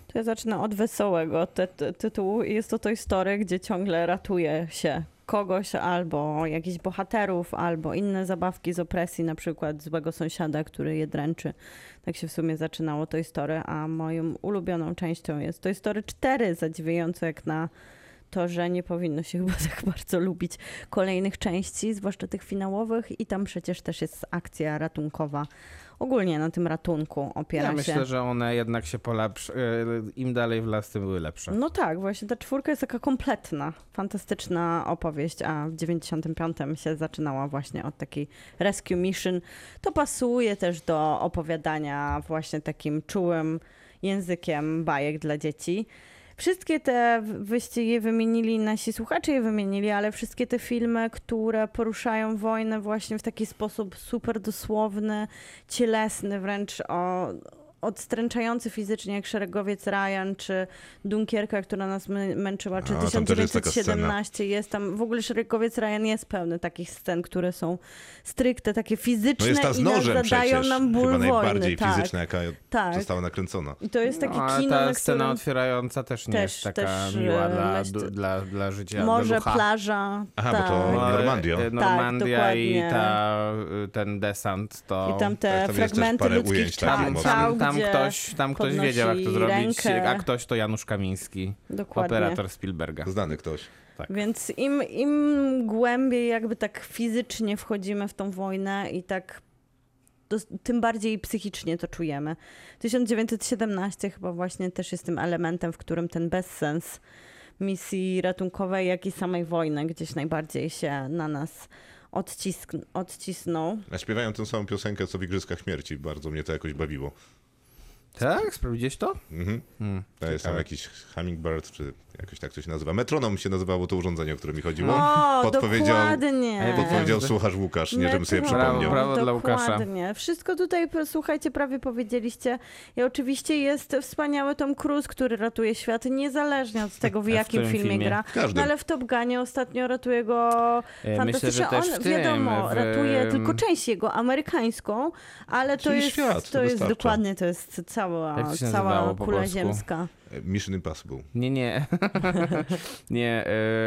To ja zacznę od wesołego ty- ty- tytułu. Jest to Toy Story, gdzie ciągle ratuje się kogoś albo jakichś bohaterów, albo inne zabawki z opresji, na przykład złego sąsiada, który je dręczy. Tak się w sumie zaczynało Toy Story, a moją ulubioną częścią jest Toy Story 4, zadziwiająco jak na to, że nie powinno się chyba tak bardzo lubić kolejnych części, zwłaszcza tych finałowych i tam przecież też jest akcja ratunkowa. Ogólnie na tym ratunku opiera Ja się. myślę, że one jednak się polepsz... e, Im dalej w las, tym były lepsze. No tak, właśnie ta czwórka jest taka kompletna, fantastyczna opowieść, a w 95 się zaczynała właśnie od takiej rescue mission. To pasuje też do opowiadania właśnie takim czułym językiem bajek dla dzieci. Wszystkie te w- wyście je wymienili, nasi słuchacze je wymienili, ale wszystkie te filmy, które poruszają wojnę właśnie w taki sposób super dosłowny, cielesny, wręcz o, odstręczający fizycznie, jak Szeregowiec Ryan czy Dunkierka, która nas mę- męczyła, czy A, tam też jest taka scena. 1917 jest tam, w ogóle Szeregowiec Ryan jest pełny takich scen, które są stricte takie No fizyczne jest ta z i nas nożem zadają przecież, nam ból chyba wojny. najbardziej Tak, fizyczna, jaka tak. została nakręcona. I to jest taki no, ale kino, ta na scena którym otwierająca też nie Też- jest taka też, miła e, dla, myśl- du, dla, dla życia. morze, dla ducha. plaża. Aha, bo tak. to No, ale, Normandio. e, Tak, Normandia i dokładnie. ta, y, ten desant to... I tam te Tak, tam jest też fragmenty parę ludzkich ujęć takich ciał, mocnych. ciał tam, Tak, tam gdzie ktoś, tam ktoś podnosi wiedział, jak to zrobić, rękę. a ktoś to Janusz Kamiński, Dokładnie. operator Spielberga. Znany ktoś. Więc im, im głębiej jakby tak fizycznie wchodzimy w tą wojnę i tak dos- tym bardziej psychicznie to czujemy. 1917 chyba właśnie też jest tym elementem, w którym ten bezsens misji ratunkowej, jak i samej wojny gdzieś najbardziej się na nas odcisk, odcisnął. A śpiewają tę samą piosenkę, co w Igrzyskach Śmierci. Bardzo mnie to jakoś bawiło. Tak? Sprawdziłeś to? Mhm. To jest tam jakiś hummingbird, czy jakoś tak to się nazywa. Metronom się nazywało to urządzenie, o które mi chodziło. O, Podpowiedział- dokładnie. Eee, Podpowiedział słuchacz Łukasz, nie żebym sobie Metro. przypomniał. Brawo, brawo No, dla Łukasza. Dokładnie. Wszystko tutaj, p- słuchajcie, prawie powiedzieliście. I oczywiście jest wspaniały Tom Cruise, który ratuje świat, niezależnie od tego, w W jakim którym filmie, filmie? E, gra. W każdym. No, ale w Top Gunie ostatnio ratuje go myślę, fantastycznie. że też On, w tym, wiadomo, w- ratuje tylko część jego, amerykańską, ale to Czyli jest, świat, to jest wystarcza. dokładnie, to jest cała, Jak Tak się nazywało cała po kula polsku? ziemska. Mission Impossible. e, Nie, nie. nie,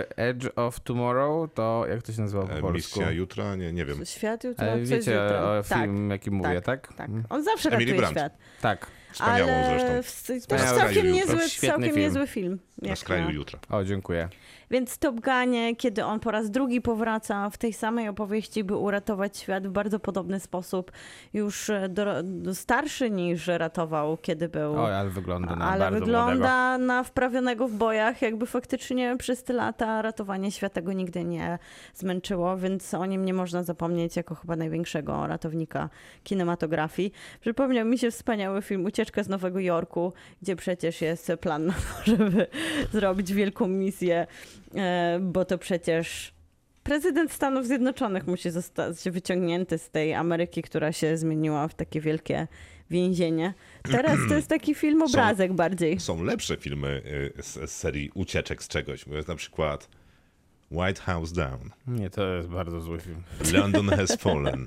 y, Edge of Tomorrow to, jak to się nazywa po E, polsku? Misja jutra? Nie, nie wiem. Świat jutro, E, coś Wiecie No, jutro. o film, jaki mówię, tak? Tak, on zawsze Emily ratuje Brandt. świat. Tak. Wspaniałą ale zresztą. w- też Wspaniały całkiem film. niezły, Świetny całkiem film. niezły film. Na jak skraju na- jutra. O, dziękuję. Więc Top Gunie, kiedy on po raz drugi powraca w tej samej opowieści, by uratować świat w bardzo podobny sposób, już e, do, do starszy niż ratował, kiedy był. O, ale wygląda na ale bardzo młodego. wygląda na wprawionego w bojach, jakby faktycznie przez te lata ratowanie świata go nigdy nie zmęczyło, więc o nim nie można zapomnieć jako chyba największego ratownika kinematografii. Przypomniał mi się wspaniały film Ucieczka z Nowego Jorku, gdzie przecież jest plan na to, żeby zrobić wielką misję, e, bo to przecież prezydent Stanów Zjednoczonych musi zostać wyciągnięty z tej Ameryki, która się zmieniła w takie wielkie więzienie. Teraz to jest taki film obrazek bardziej. Są lepsze filmy y, z, z serii ucieczek z czegoś. Bo jest na przykład White House Down, Nie, to jest bardzo zły film. London Has Fallen.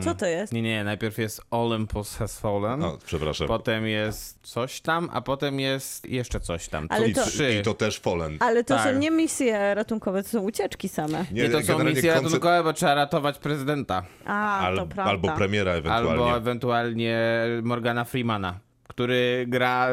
Co to jest? Nie, nie, najpierw jest Olympus Has Fallen, O, przepraszam. potem jest coś tam, a potem jest jeszcze coś tam. Ale I, to... to- trzy. I to też Fallen. Ale to Tak. są nie misje ratunkowe, to są ucieczki same. Nie, to są generalnie misje koncept- ratunkowe, bo trzeba ratować prezydenta. A, al- to prawda. albo premiera ewentualnie. Albo ewentualnie Morgana Freemana, który gra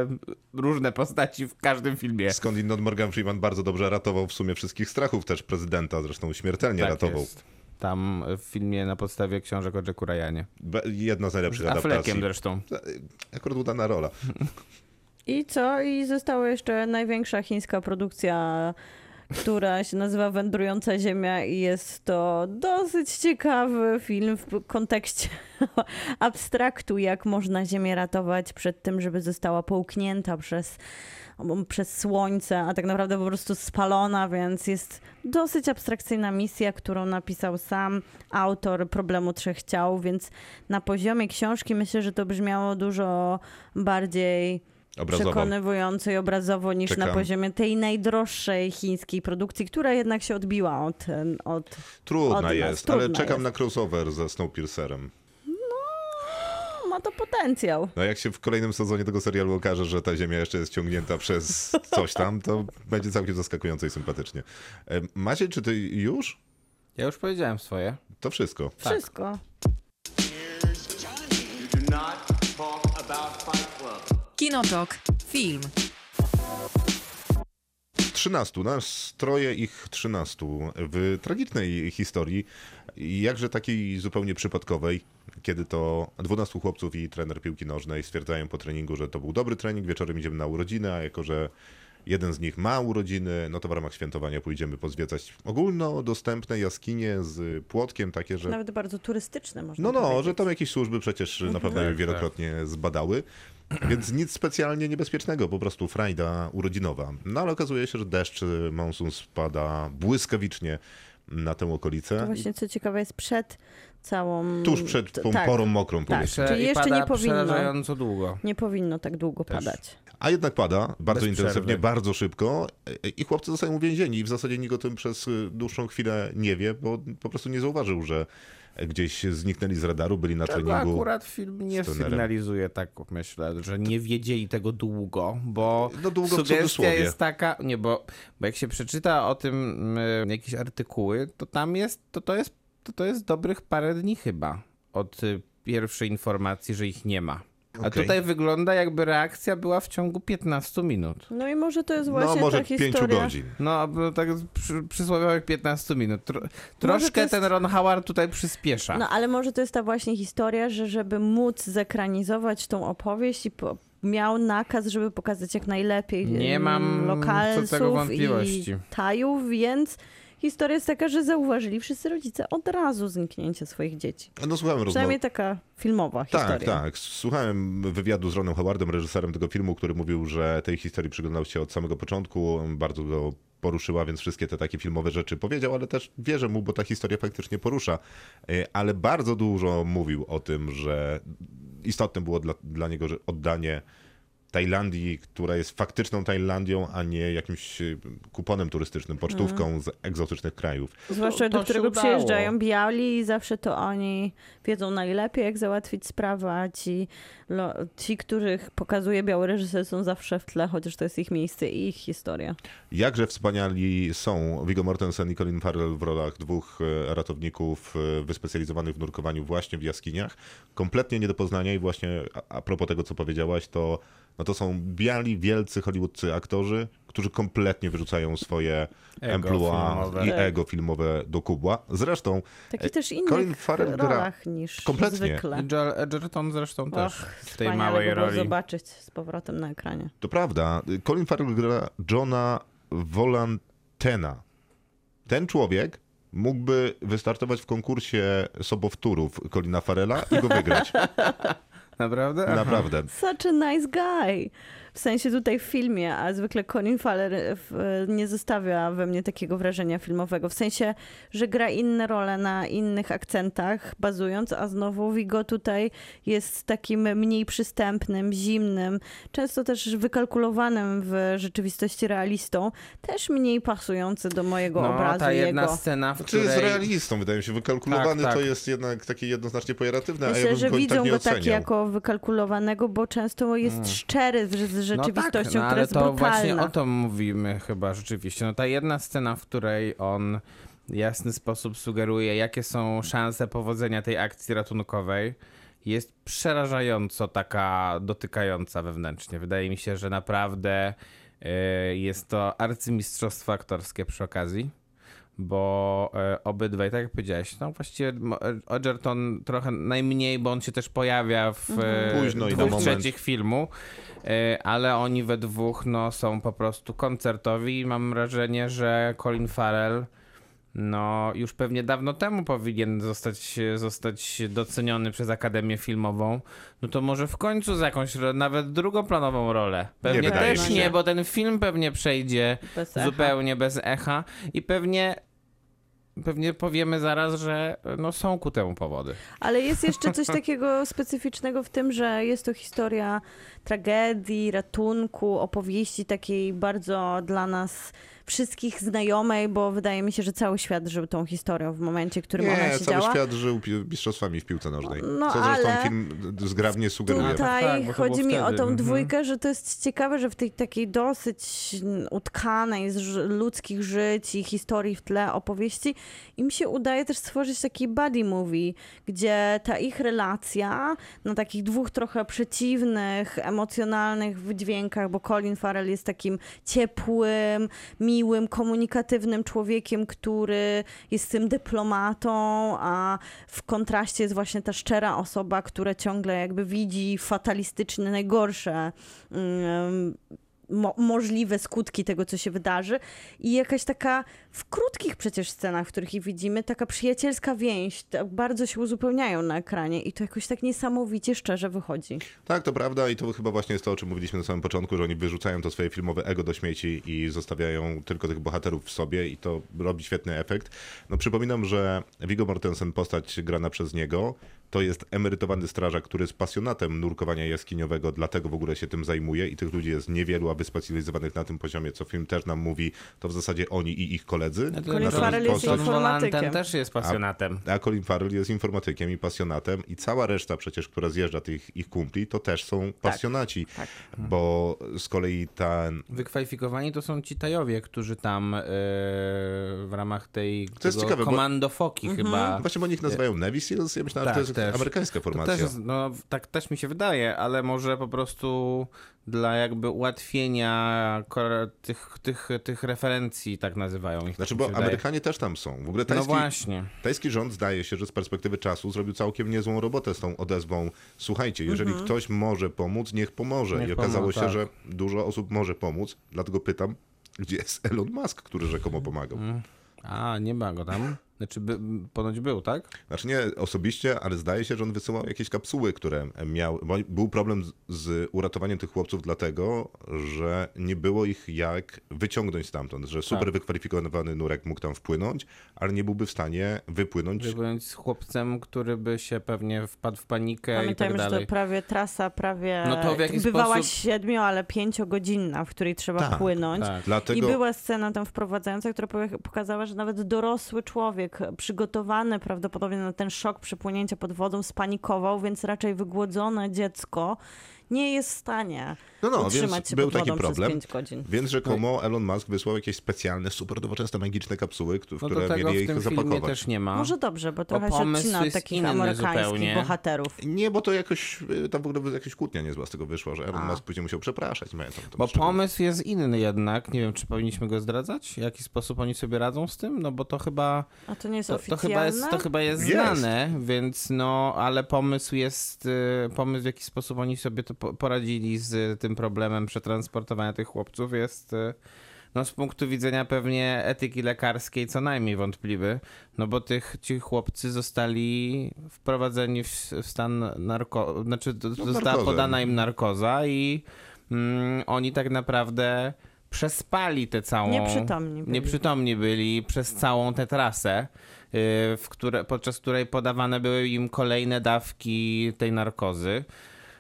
różne postaci w każdym filmie. Skądinąd Morgan Freeman bardzo dobrze ratował w sumie wszystkich strachów też prezydenta, zresztą śmiertelnie Tak ratował. jest. Tam w filmie na podstawie książek o Jacku Ryanie. Be- Jedna z najlepszych Z Affleckiem adaptacji. zresztą. Akurat udana rola. I co? I została jeszcze największa chińska produkcja, która się nazywa Wędrująca Ziemia i jest to dosyć ciekawy film w kontekście abstraktu, jak można Ziemię ratować przed tym, żeby została połknięta przez, przez słońce, a tak naprawdę po prostu spalona, więc jest dosyć abstrakcyjna misja, którą napisał sam autor problemu trzech ciał, więc na poziomie książki myślę, że to brzmiało dużo bardziej Obrazowo. przekonywująco i obrazowo niż Czekam. na poziomie tej najdroższej chińskiej produkcji, która jednak się odbiła od, od Trudna Od nas, jest, trudna ale czekam jest. na crossover ze Snowpiercerem. ma to potencjał. No jak się w kolejnym sezonie tego serialu okaże, że ta ziemia jeszcze jest ciągnięta przez coś tam, to będzie całkiem zaskakująco i sympatycznie. E, Macie, czy ty już? Ja już powiedziałem swoje. To wszystko. Tak, Wszystko. You do not talk about Fight Club. Kinotok. Film. 13, nastroje ich 13 w tragicznej historii, jakże takiej zupełnie przypadkowej, kiedy to 12 chłopców i trener piłki nożnej stwierdzają po treningu, że to był dobry trening, wieczorem idziemy na urodziny, a jako że jeden z nich ma urodziny, no to w ramach świętowania pójdziemy pozwiedzać ogólnodostępne jaskinie z płotkiem, takie, że Nawet bardzo turystyczne można Tak. no, no, powiedzieć. że tam jakieś służby No przecież na tak, pewno je wielokrotnie zbadały. Więc nic specjalnie niebezpiecznego, po prostu frajda urodzinowa. No ale okazuje się, że deszcz, y, monsun spada błyskawicznie na tę To okolicę. właśnie co ciekawe jest przed całą... Tuż przed t- tą tak, porą mokrą Tak. powiedzmy. Czyli i jeszcze pada nie powinno. Przerażająco długo. Nie powinno tak długo padać. A jednak pada bardzo Bez intensywnie, przerwy. bardzo szybko y, i chłopcy zostają uwięzieni i w zasadzie nikt o tym przez y, dłuższą chwilę nie wie, bo po prostu nie zauważył, że gdzieś zniknęli z radaru, byli Tak, na Tego treningu. akurat film nie z tunerem. sygnalizuje tak, myślę, że nie wiedzieli tego długo, bo No długo w sugestia cudzysłowie. jest taka, nie, bo, bo jak się przeczyta o tym mm, jakieś artykuły, to tam jest, to to jest, to to jest dobrych parę dni chyba od y, pierwszej informacji, że ich nie ma. A Okej. tutaj wygląda jakby reakcja była w ciągu 15 minut. No i może to jest No właśnie może ta pięciu historia... godzin. No, bo tak przy, przysłowiowych 15 minut. Tro, troszkę jest- ten Ron Howard tutaj przyspiesza. No ale może to jest ta właśnie historia, że żeby móc zekranizować tą opowieść i po... miał nakaz, żeby pokazać jak najlepiej Nie em, mam co tego lokalsów wątpliwości. i tajów, więc historia jest taka, że zauważyli wszyscy rodzice od razu zniknięcie swoich dzieci. No słuchamy rozmowy. Przynajmniej taka filmowa Tak, historia. tak. Słuchałem wywiadu z Ronem Howardem, reżyserem tego filmu, który mówił, że tej historii przyglądał się od samego początku, bardzo go poruszyła, więc wszystkie te takie filmowe rzeczy powiedział, ale też wierzę mu, bo ta historia faktycznie porusza. Y, Ale bardzo dużo mówił o tym, że istotne było dla, dla niego że oddanie Tajlandii, która jest faktyczną Tajlandią, a nie jakimś y, kuponem turystycznym, pocztówką z egzotycznych krajów. Zwłaszcza To- to do się którego udało. przyjeżdżają biali i zawsze to oni wiedzą najlepiej, jak załatwić sprawę, a ci, lo, ci których pokazuje biały reżyser, są zawsze w tle, chociaż to jest ich miejsce i ich historia. Jakże wspaniali są Viggo Mortensen i Colin Farrell w rolach dwóch e, ratowników e, wyspecjalizowanych w nurkowaniu właśnie w jaskiniach. Kompletnie nie do poznania i właśnie a, a propos tego, co powiedziałaś, to, no to są biali, wielcy hollywoodzcy aktorzy, którzy kompletnie wyrzucają swoje Ego emploi filmowe. i Tak. ego filmowe do kubła. Zresztą Taki Tak też E, Colin innych Farrell gra rolach niż kompletnie. zwykle. I Joel Edgerton zresztą też Och, w tej wspaniale małej go było roli. zobaczyć z powrotem na ekranie. To prawda. Colin Farrell gra Johna Volantena. Ten człowiek mógłby wystartować w konkursie sobowtórów Colina Farrella i go wygrać. Naprawdę? Aha. Naprawdę. Such a nice guy. W sensie tutaj w filmie, a zwykle Colin Farrell e, w- e, nie zostawia we mnie takiego wrażenia filmowego. W sensie, że gra inne role na innych akcentach bazując, a znowu Vigo tutaj jest takim mniej przystępnym, zimnym, często też wykalkulowanym w rzeczywistości realistą, też mniej pasujący do mojego obrazu No, ta jedna jego. scena, w Czy jest której... realistą, wydaje mi się. Wykalkulowany Tak, tak. to jest jednak takie jednoznacznie pejoratywne, a ja Myślę, bym że go i widzą tak nie go taki oceniał. Hmm. jako wykalkulowanego, bo często jest szczery z, z rzeczywistością, no, która ale jest to właśnie brutalna. o to mówimy chyba rzeczywiście. No ta jedna scena, w której on w jasny sposób sugeruje, jakie są szanse powodzenia tej akcji ratunkowej, jest przerażająco taka dotykająca wewnętrznie. Wydaje mi się, że naprawdę y, jest to arcymistrzostwo aktorskie przy okazji. Bo e, obydwaj, tak jak powiedziałeś, no właściwie Mo- Edgerton trochę najmniej, bo on się też pojawia w e, Mhm. Późno i na dwóch moment. trzecich filmu, e, ale oni we dwóch no, są po prostu koncertowi i mam wrażenie, że Colin Farrell no, już pewnie dawno temu powinien zostać, zostać doceniony przez Akademię Filmową. No to może w końcu za jakąś ro- nawet drugoplanową rolę. Pewnie wydaje też mi się. nie, E. bo ten film pewnie przejdzie Bez echa. zupełnie bez echa i pewnie pewnie powiemy zaraz, że no, są ku temu powody. Ale jest jeszcze coś takiego specyficznego w tym, że jest to historia tragedii, ratunku, opowieści takiej bardzo dla nas wszystkich znajomej, bo wydaje mi się, że cały świat żył tą historią w momencie, w którym Nie, ona cały się działa. świat żył pi- mistrzostwami w piłce nożnej. No, co zresztą ale- film zgrabnie sugeruje. Tutaj Tak, tak, bo to chodzi mi było o wtedy. tą Mhm. dwójkę, że to jest ciekawe, że w tej takiej dosyć utkanej z ży- ludzkich żyć i historii w tle opowieści im się udaje też stworzyć taki buddy movie, gdzie ta ich relacja na takich dwóch trochę przeciwnych, emocjonalnych wydźwiękach, bo Colin Farrell jest takim ciepłym, miłym, komunikatywnym człowiekiem, który jest tym dyplomatą, a w kontraście jest właśnie ta szczera osoba, która ciągle jakby widzi fatalistyczne, najgorsze. mm, Mo- możliwe skutki tego, co się wydarzy, i jakaś taka w krótkich przecież scenach, w których ich widzimy, taka przyjacielska więź, tak bardzo się uzupełniają na ekranie, i to jakoś tak niesamowicie szczerze wychodzi. Tak, to prawda i to chyba właśnie jest to, o czym mówiliśmy na samym początku, że oni wyrzucają to swoje filmowe ego do śmieci i zostawiają tylko tych bohaterów w sobie i to robi świetny efekt. No przypominam, że Viggo Mortensen, postać grana przez niego, to jest emerytowany strażak, który jest pasjonatem nurkowania jaskiniowego, dlatego w ogóle się tym zajmuje i tych ludzi jest niewielu, a wyspecjalizowanych na tym poziomie, co film też nam mówi, to w zasadzie oni i ich koledzy. Colin Natomiast Farrell jest postać- John Monahan ten informatykiem. też jest pasjonatem. a Colin Farrell jest informatykiem i pasjonatem i cała reszta przecież, która zjeżdża tych ich kumpli, to też są pasjonaci, bo z kolei ten... Wykwalifikowani to są ci Tajowie, którzy tam e, w ramach tej To jest tego ciekawe, bo- komando Foki Mhm. chyba. Właśnie, bo nich nazywają Navy Seals, ja myślałem, że to jest Tak. też. amerykańska To formacja. też, jest- no, tak też mi się wydaje, ale może po prostu dla jakby ułatwienia kor- tych, tych, tych referencji tak nazywają ich. Znaczy, tak mi się bo wydaje. Amerykanie też tam są. W ogóle No tajski, właśnie. tajski rząd zdaje się, że z perspektywy czasu zrobił całkiem niezłą robotę z tą odezwą. Słuchajcie, jeżeli ktoś może pomóc, niech pomoże. Niech I okazało pomo- się, tak. że dużo osób może pomóc, dlatego pytam, gdzie jest Elon Musk, który rzekomo pomagał. Mhm. A, nie ma go tam. Znaczy, by, ponoć był, tak? Znaczy nie osobiście, ale zdaje się, że on wysyłał jakieś kapsuły, które miał. Bo był problem z, z uratowaniem tych chłopców, dlatego że nie było ich jak wyciągnąć stamtąd. Że super Tak. wykwalifikowany nurek mógł tam wpłynąć, ale nie byłby w stanie wypłynąć. Byłem z chłopcem, który by się pewnie wpadł w panikę Pamiętajmy, i tak że dalej. to prawie trasa, prawie No to w jaki bywała sposób- siedmiu, ale pięciogodzinna, w której trzeba Tak, płynąć. tak. Dlatego I była scena tam wprowadzająca, która powie- pokazała, że nawet dorosły człowiek, przygotowany prawdopodobnie na ten szok przepłynięcia pod wodą, spanikował, więc raczej wygłodzone dziecko nie jest w stanie No, no, utrzymać więc się był pod taki wodą problem. przez 5 godzin. Więc No rzekomo Elon Musk wysłał jakieś specjalne, super nowoczesne, magiczne kapsuły, któ- w No to które tego mieli w ich tym filmie zapakować. też nie ma. Może dobrze, bo trochę się No. pomysł odcina od jest takich inny amerykańskich zupełnie. bohaterów. Nie, bo to jakoś, y, tam w ogóle jakaś kłótnia niezła z tego wyszła, że Elon Musk później musiał przepraszać. mają tam- tam Bo szczegóły. pomysł jest inny jednak. Nie wiem, czy powinniśmy go zdradzać? W jaki sposób oni sobie radzą z tym? No bo to chyba, A to nie jest to, to oficjalne? chyba, jest, to chyba jest, Jest. znane, więc no, ale pomysł jest, y, pomysł w jaki sposób oni sobie to po- poradzili z y, tym problemem przetransportowania tych chłopców jest... y, No, z punktu widzenia pewnie etyki lekarskiej co najmniej wątpliwy, no bo tych, ci chłopcy zostali wprowadzeni w, w stan narko... Znaczy, do- została narkozę. podana im narkoza i mm, oni tak naprawdę przespali tę całą... Nieprzytomni byli. Nieprzytomni byli przez całą tę trasę, y, w które, podczas której podawane były im kolejne dawki tej narkozy.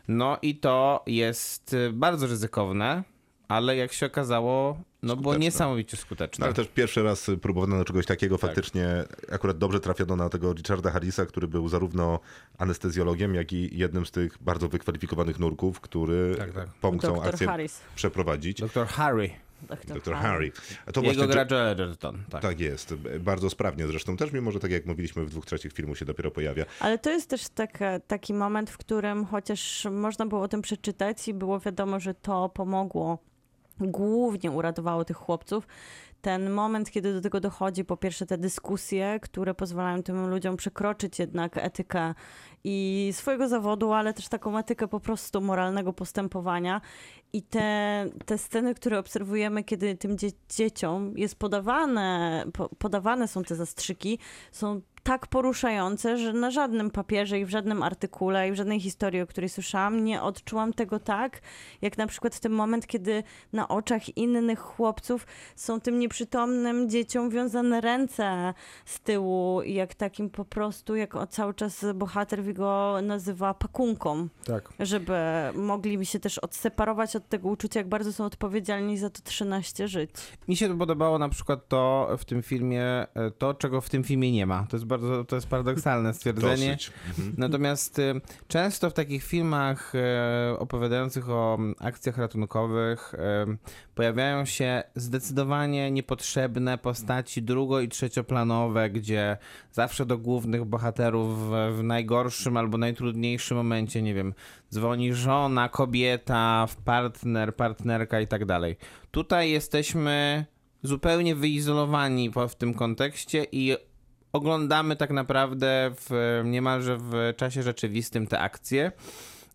No i to jest y, bardzo ryzykowne, ale jak się okazało, no było Skuteczne. niesamowicie No, skuteczne. ale też pierwszy raz próbowano czegoś takiego, Tak. faktycznie akurat dobrze trafiono na tego Richarda Harrisa, który był zarówno anestezjologiem, jak i jednym z tych bardzo wykwalifikowanych nurków, który Tak, tak. pomógł całą Doktor akcję Harris. przeprowadzić. Doktor Harry, Tak, Doktor Harry. A To jego No właśnie gra Joel Edgerton, tak. Tak jest, bardzo sprawnie zresztą też, mimo że tak jak mówiliśmy, w dwóch trzecich filmu się dopiero pojawia. Ale to jest też taka, taki moment, w którym chociaż można było o tym przeczytać i było wiadomo, że to pomogło, głównie uratowało tych chłopców. Ten moment, kiedy do tego dochodzi, po pierwsze te dyskusje, które pozwalają tym ludziom przekroczyć jednak etykę i swojego zawodu, ale też taką etykę po prostu moralnego postępowania. I te, te sceny, które obserwujemy, kiedy tym dzie- dzieciom jest podawane, po, podawane są te zastrzyki, są tak poruszające, że na żadnym papierze i w żadnym artykule i w żadnej historii, o której słyszałam, nie odczułam tego tak, jak na przykład w tym moment, kiedy na oczach innych chłopców są tym nieprzytomnym dzieciom wiązane ręce z tyłu, i jak takim po prostu, jak o- cały czas bohater go nazywa pakunką Tak. żeby mogli się też odseparować od tego uczucia, jak bardzo są odpowiedzialni za to 13 żyć. Mi się podobało na przykład to w tym filmie, e, to czego w tym filmie nie ma. To jest bardzo, to jest paradoksalne stwierdzenie. Dosyć. Mhm. Natomiast y, często w takich filmach e, opowiadających o mm, akcjach ratunkowych e, pojawiają się zdecydowanie niepotrzebne postaci drugo- i trzecioplanowe, gdzie zawsze do głównych bohaterów w- w najgorszym albo najtrudniejszym momencie, nie wiem, dzwoni żona, kobieta, partner, partnerka i tak dalej. Tutaj jesteśmy zupełnie wyizolowani po- w tym kontekście i oglądamy tak naprawdę w, niemalże w czasie rzeczywistym te akcje.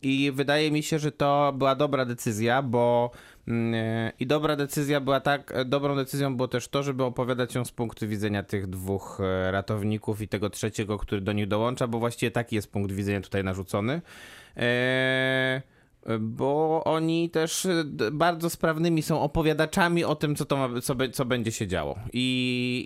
I wydaje mi się, że to była dobra decyzja, bo mm, i dobra decyzja była tak, dobrą decyzją było też to, żeby opowiadać ją z punktu widzenia tych dwóch e, ratowników i tego trzeciego, który do nich dołącza, bo właściwie taki jest punkt widzenia tutaj narzucony. Eee, bo oni też e, d- bardzo sprawnymi są opowiadaczami o tym, co, to ma, co, be, co będzie się działo. I,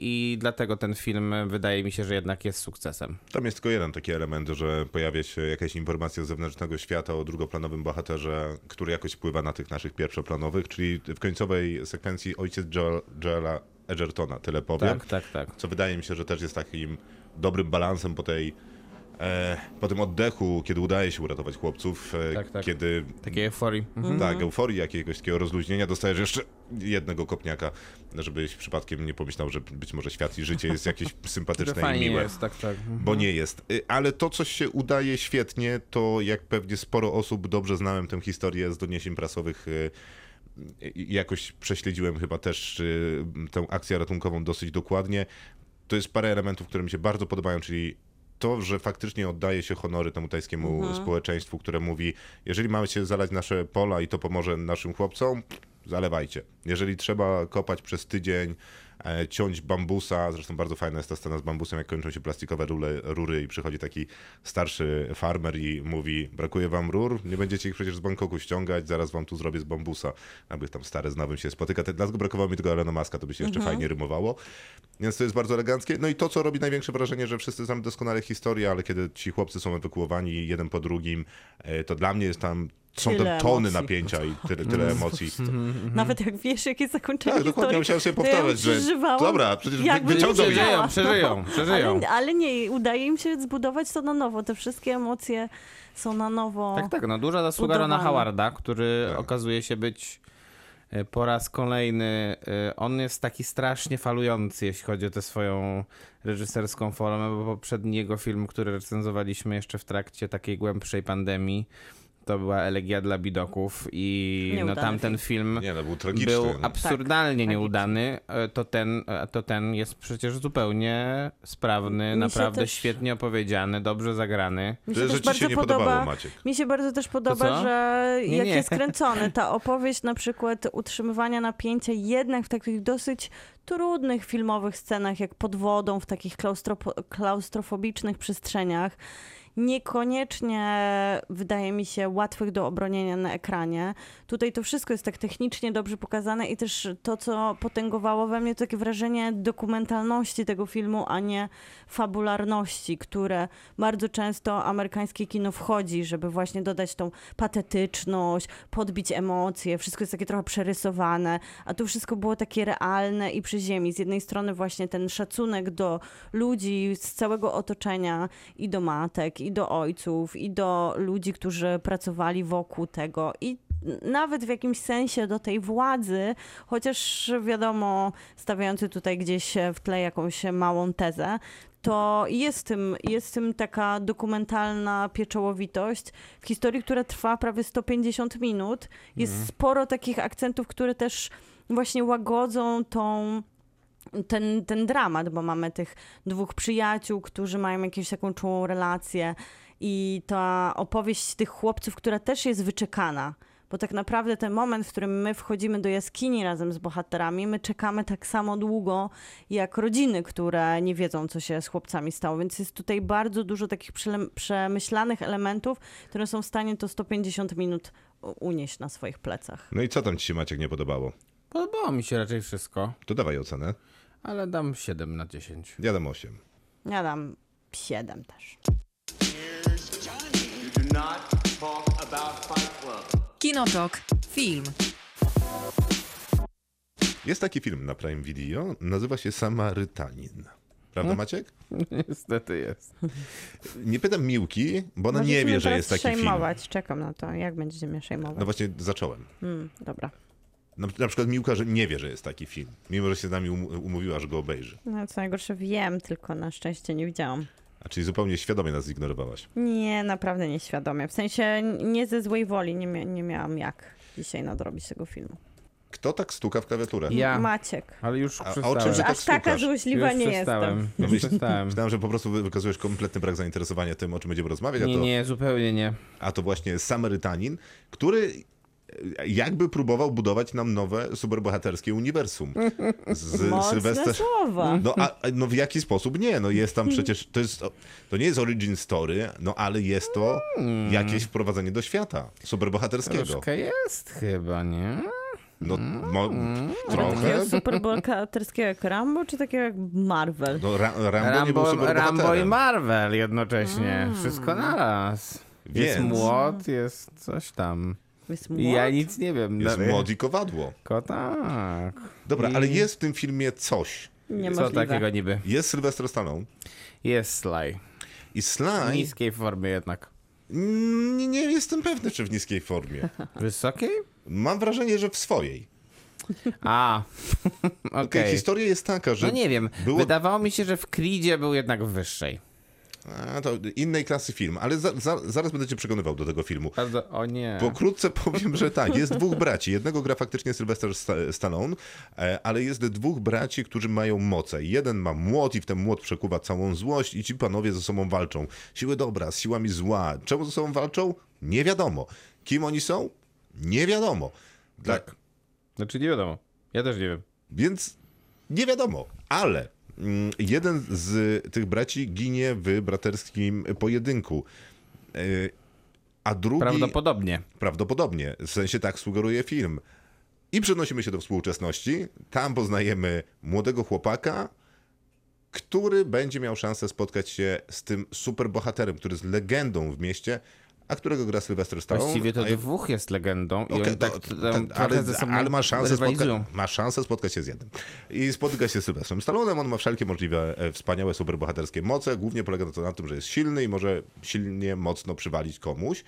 I dlatego ten film e, wydaje mi się, że jednak jest sukcesem. Tam jest tylko jeden taki element, że pojawia się jakaś informacja z zewnętrznego świata o drugoplanowym bohaterze, który jakoś wpływa na tych naszych pierwszoplanowych, czyli w końcowej sekwencji ojciec Joel- Joela Edgertona, tyle powiem. Tak, tak, tak. Co wydaje mi się, że też jest takim dobrym balansem po tej e, po tym oddechu, kiedy udaje się uratować chłopców, e, Tak, tak. kiedy Takiej euforii. Mhm. tak, euforii jakiegoś takiego rozluźnienia, dostajesz jeszcze jednego kopniaka, żebyś przypadkiem nie pomyślał, że być może świat i życie jest jakieś To sympatyczne i fajnie miłe jest, tak, tak. Mhm. bo nie jest. Y, Ale to, co się udaje świetnie, to jak pewnie sporo osób dobrze znałem tę historię z doniesień prasowych. y, y, Jakoś prześledziłem chyba też y, tę akcję ratunkową dosyć dokładnie. To jest parę elementów, które mi się bardzo podobają, czyli to, że faktycznie oddaje się honory temu tajskiemu społeczeństwu, które mówi, jeżeli mamy się zalać nasze pola i to pomoże naszym chłopcom, zalewajcie. Jeżeli trzeba kopać przez tydzień, e, ciąć bambusa, zresztą bardzo fajna jest ta scena z bambusem, jak kończą się plastikowe rule, rury i przychodzi taki starszy farmer i mówi, brakuje wam rur, nie będziecie ich przecież z Bangkoku ściągać, zaraz wam tu zrobię z bambusa, aby tam stary z nowym się spotyka. Te- Dlatego brakowało mi tego Elona Maska, to by się jeszcze Mhm. fajnie rymowało. Więc to jest bardzo eleganckie. No i to, co robi największe wrażenie, że wszyscy znamy doskonale historię, ale kiedy ci chłopcy są ewakuowani jeden po drugim, e, to dla mnie jest tam, są Tyle tam tony emocji. Mhm. napięcia i tyle, tyle emocji. Nawet jak wiesz, jakie zakończenie Mhm. Tak, dokładnie historii, musiałem sobie to ja ją powtarzać, że przeżywałam, dobra, przecież wy- jakbym wyciągnął nie mnie. wiedziała. Przeżyją, przeżyją, przeżyją. Ale, ale nie, udaje im się zbudować to na nowo. Te wszystkie emocje są na nowo. Tak, tak, no duża zasługa Rona Udawane. Howarda, który Tak. okazuje się być e, po raz kolejny, e, on jest taki strasznie falujący, jeśli chodzi o tę swoją reżyserską formę, bo poprzedni jego film, który recenzowaliśmy jeszcze w trakcie takiej głębszej pandemii, to była Elegia dla Bidoków i no, Nieudany Tak, tamten film Nie, no był tragiczny. był no. absurdalnie nieudany, e, to ten, e, to ten jest przecież zupełnie sprawny, Mi się naprawdę też- świetnie opowiedziany, dobrze zagrany. Mi Tyle, się że też ci się bardzo nie podobało, podoba. Maciek. Mi się bardzo też co? podoba, że Nie, jak nie. jest kręcony ta opowieść na przykład utrzymywania napięcia jednak w takich dosyć trudnych filmowych scenach, jak pod wodą, w takich klaustropo- klaustrofobicznych przestrzeniach, niekoniecznie wydaje mi się łatwych do obronienia na ekranie. Tutaj to wszystko jest tak technicznie dobrze pokazane i też to, co potęgowało we mnie, to takie wrażenie dokumentalności tego filmu, a nie fabularności, które bardzo często amerykańskie kino wchodzi, żeby właśnie dodać tą patetyczność, podbić emocje, wszystko jest takie trochę przerysowane, a tu wszystko było takie realne i przy ziemi. Z jednej strony właśnie ten szacunek do ludzi z całego otoczenia i do matek, i do ojców, i do ludzi, którzy pracowali wokół tego i nawet w jakimś sensie do tej władzy, chociaż wiadomo, stawiający tutaj gdzieś w tle jakąś małą tezę, to jest w tym, jest w tym taka dokumentalna pieczołowitość w historii, która trwa prawie 150 minut. Jest sporo takich akcentów, które też właśnie łagodzą tą ten, ten dramat, bo mamy tych dwóch przyjaciół, którzy mają jakąś taką czułą relację i ta opowieść tych chłopców, która też jest wyczekana, Bo tak naprawdę ten moment, w którym my wchodzimy do jaskini razem z bohaterami, my czekamy tak samo długo jak rodziny, które nie wiedzą, co się z chłopcami stało. Więc jest tutaj bardzo dużo takich przele- przemyślanych elementów, które są w stanie to 150 minut u- unieść na swoich plecach. No i co tam ci się Maciek nie podobało? Podobało mi się raczej wszystko, To dawaj ocenę. ale dam 7 na 10. Ja dam 8. Ja dam 7 też. You do not talk about Fight Club. Kinotok. Film. Jest taki film na Prime Video, nazywa się Samarytanin. Prawda Maciek? Niestety jest. Nie pytam Miłki, bo ona Możecie No nie wie, mnie że teraz jest taki film. szejmować. Czekam na to, jak będziecie mnie szejmować. No właśnie zacząłem. Mm, No. dobra. Na, na przykład Miłka że nie wie, że jest taki film, mimo że się z nami um, umówiła, że go obejrzy. No co najgorsze wiem, tylko na szczęście nie widziałam. A czyli zupełnie świadomie nas zignorowałaś. Nie, naprawdę nieświadomie. W sensie n- nie ze złej woli, nie, mia- nie miałam jak dzisiaj nadrobić tego filmu. Kto tak stuka w klawiaturę? Ja. Maciek. Ale już A- a o przestałem. czym Już tak aż taka słuchasz? złośliwa już nie przestałem. jestem. Już przestałem. Myślałem, że po prostu wy- wykazujesz kompletny brak zainteresowania tym, o czym będziemy rozmawiać, a Nie, to, nie, zupełnie nie. a to właśnie Samarytanin, który e, jakby próbował budować nam nowe superbohaterskie uniwersum. Z Mocne Sylwester... słowa. No, a, a no w jaki sposób nie? No jest tam przecież, to, jest, to nie jest origin story, no ale jest to jakieś wprowadzenie do świata superbohaterskiego. Hmm. Troszkę Hmm. jest chyba, nie? No mo, trochę. Takiego superbohaterskiego jak Rambo, czy takiego jak Marvel? No, Ra Rambo, nie był Rambo, Rambo i superbohaterem. Marvel jednocześnie. Mm. Wszystko naraz. Jest Więc. młot, jest coś tam. Jest I Ja młody. nic nie wiem. Jest No, młody kowadło. Ko tak. Dobra, I- ale jest w tym filmie coś. Co Niemożliwe. takiego niby? Jest Sylwester Stallone Jest Sly. No i W Sly... niskiej formie jednak. Mm, Nie jestem pewny, czy w niskiej formie. Wysokiej? Mam wrażenie, że w swojej. A, Okej, okej. historia jest taka, że... No nie wiem, było- wydawało mi się, że w Creedzie był jednak wyższej. A, to innej klasy film, ale za, za, zaraz będę cię przekonywał do tego filmu. Bardzo, o nie. Pokrótce powiem, że tak, jest dwóch braci. Jednego gra faktycznie Sylwester Sta- Stallone, e, ale jest dwóch braci, którzy mają moce. Jeden ma młot i w ten młot przekuwa całą złość i ci panowie ze sobą walczą. Siły dobra z siłami zła. Czemu ze sobą walczą? Nie wiadomo. Kim oni są? Nie wiadomo. Dla... Znaczy nie wiadomo. Ja też nie wiem. Więc nie wiadomo, ale mm, jeden z tych braci ginie w braterskim pojedynku. E, A drugi... Prawdopodobnie. Prawdopodobnie, w sensie tak sugeruje film. I przenosimy się do współczesności. Tam poznajemy młodego chłopaka, który będzie miał szansę spotkać się z tym superbohaterem, który jest legendą w mieście, a którego gra Sylwester Stallone. Właściwie to a ja- dwóch jest legendą i Okej, oni tak to- tam ten- trochę ale, ze sobą ale ma szansę, spotka- rywalizują. ma szansę spotkać się z jednym. I spotyka się z Sylwestrem Stallonem, on ma wszelkie możliwe e, wspaniałe superbohaterskie moce, głównie polega to na tym, że jest silny i może silnie, mocno przywalić komuś,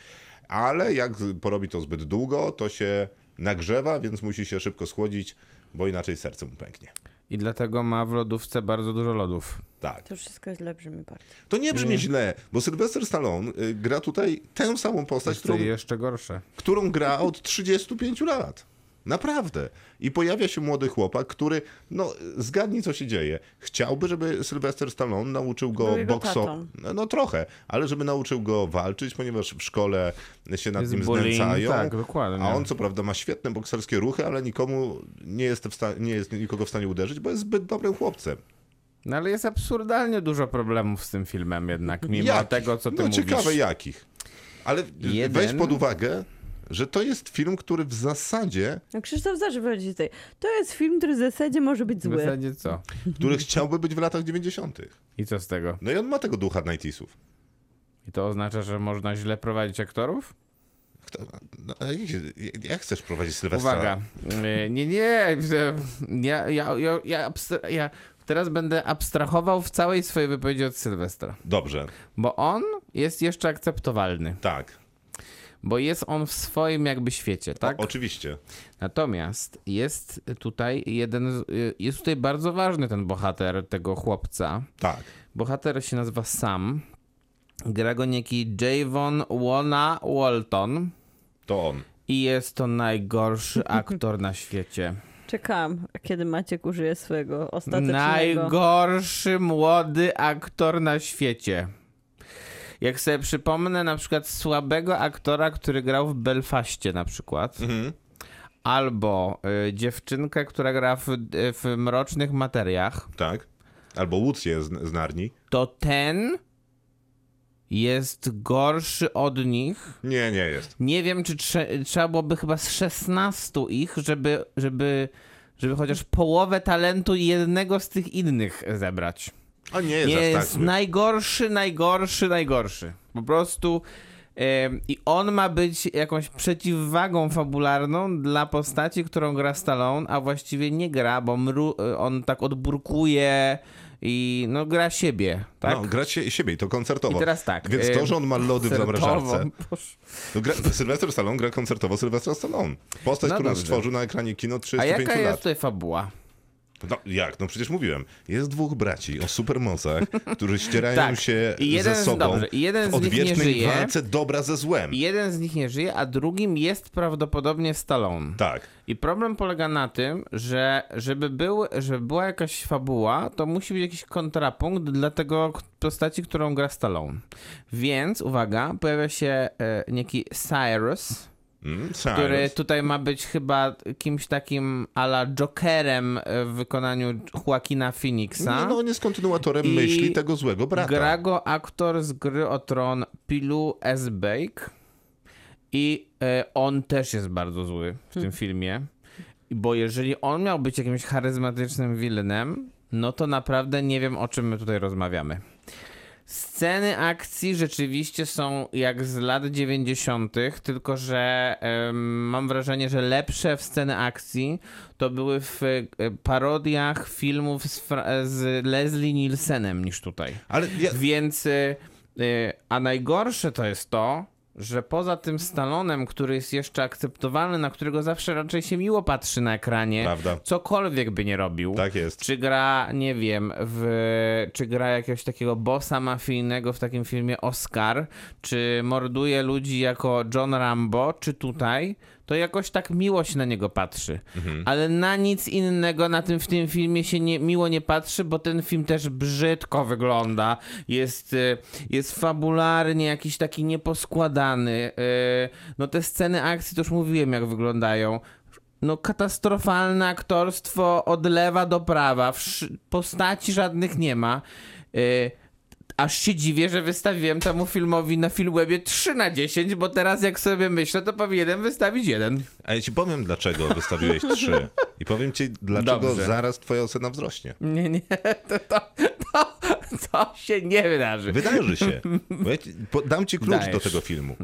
ale jak z- porobi to zbyt długo, to się nagrzewa, więc musi się szybko schłodzić, bo inaczej serce mu pęknie. I dlatego ma w lodówce bardzo dużo lodów. Tak. To wszystko źle brzmi bardzo. To nie brzmi źle, bo Sylwester Stallone y, gra tutaj tę samą postać, Jest to którą jeszcze gorsze. którą gra od 35 lat. Naprawdę. I pojawia się młody chłopak, który, no, zgadnij co się dzieje. Chciałby, żeby Sylwester Stallone nauczył go Był jego bokso. tatą. No, no trochę, ale żeby nauczył go walczyć, ponieważ w szkole się nad Jest nim bullying, znęcają. tak, dokładnie. A on co prawda ma świetne bokserskie ruchy, ale nikomu nie jest, w sta- nie jest nikogo w stanie uderzyć, bo jest zbyt dobrym chłopcem. No ale jest absurdalnie dużo problemów z tym filmem jednak, mimo Jakich? tego, co ty no, mówisz. ciekawe jakich. Ale Jeden. weź pod uwagę, że to jest film, który w zasadzie No Krzysztof zawsze wychodzi tutaj. To jest film, który w zasadzie może być W zły. zasadzie co? który chciałby być w latach 90. I co z tego? No i on ma tego ducha 90 I to oznacza, że można źle prowadzić aktorów? Kto, no, a jak, jak chcesz prowadzić Sylwestra? Uwaga. E, Nie, nie. e, Ja, ja, ja, ja, abstra- ja teraz będę abstrahował w całej swojej wypowiedzi od Sylwestra. Dobrze, Bo on jest jeszcze akceptowalny. tak. Bo jest on w swoim jakby świecie, tak? O, oczywiście. Natomiast jest tutaj jeden, z- y, jest tutaj bardzo ważny ten bohater tego chłopca. Tak. Bohater się nazywa Sam. Gra go niejaki Javon Wona Walton. To on. I jest to najgorszy aktor na świecie. Czekam, kiedy Maciek użyje swojego ostatecznego. Najgorszy młody aktor na świecie. Jak sobie przypomnę na przykład słabego aktora, który grał w Belfaście na przykład. Albo y, dziewczynkę, która gra w, w Mrocznych Materiach, Tak. Albo Łucję z, z Narni. to ten jest gorszy od nich. Nie, nie jest. Nie wiem, czy trze- trzeba byłoby chyba z 16 ich, żeby, żeby, żeby chociaż połowę talentu jednego z tych innych zebrać. A nie jest, Nie aż jest tak. zły. najgorszy, najgorszy, najgorszy. Po prostu. em, I on ma być jakąś przeciwwagą fabularną dla postaci, którą gra Stallone, a właściwie nie gra, bo mru, on tak odburkuje i no gra siebie, tak? No, grać się, siebie i to koncertowo. I teraz tak. Więc to, że on ma lody w koncertowo. zamrażarce. Boże. No, gra, Sylwester Stallone gra koncertowo Sylwester Stallone. Postać, No którą dobrze. stworzył na ekranie kino od A 35 jaka jest lat. tutaj fabuła? No jak? No przecież mówiłem. Jest dwóch braci o supermocach, którzy ścierają Tak. się I jeden ze z- sobą dobrze, i jeden w z nich nie odwiecznej żyje. walce dobra ze złem. Jeden z nich nie żyje, a drugim jest prawdopodobnie Stallone. Tak. I problem polega na tym, że żeby, był, żeby była jakaś fabuła, to musi być jakiś kontrapunkt dla tego k- postaci, którą gra Stallone. Więc, uwaga, pojawia się e, niejaki Cyrus, Mm, który Cyrus. tutaj ma być chyba kimś takim ala Jokerem e, w wykonaniu Joaquina Phoenixa. No, no on jest kontynuatorem I myśli tego złego brata. Gra go aktor z gry o tron Pilu S. Bake i e, on też jest bardzo zły w tym filmie, bo jeżeli on miał być jakimś charyzmatycznym wilnem, no to naprawdę nie wiem o czym my tutaj rozmawiamy. Sceny akcji rzeczywiście są jak z lat 90., tylko że em, mam wrażenie, że lepsze w sceny akcji to były w e, parodiach filmów z, Fra- z Leslie Nielsenem niż tutaj. Ale ja, Więc, y, y, a najgorsze to jest to, że poza tym Stalonem, który jest jeszcze akceptowalny, na którego zawsze raczej się miło patrzy na ekranie, Prawda. cokolwiek by nie robił. Tak jest. Czy gra, nie wiem, w, czy gra jakiegoś takiego bossa mafijnego w takim filmie Oscar, czy morduje ludzi jako John Rambo, czy tutaj, to jakoś tak miło się na niego patrzy. Mhm. Ale na nic innego na tym, w tym filmie się nie, miło nie patrzy, bo ten film też brzydko wygląda. Jest, y, jest fabularnie jakiś taki nieposkładany. y, No te sceny akcji, to już mówiłem jak wyglądają. No, katastrofalne aktorstwo od lewa do prawa. Wsz- postaci żadnych nie ma. Y, aż się dziwię, że wystawiłem temu filmowi na Filmwebie 3 na 10, bo teraz jak sobie myślę, to powinienem wystawić jeden. a ja ci powiem, dlaczego wystawiłeś trzy. I powiem ci, dlaczego Dobrze. zaraz twoja ocena wzrośnie. Nie, nie, to, to, to, to się nie wydarzy. Wydarzy się. Bo ja ci, po, dam ci klucz do Dajesz. tego filmu.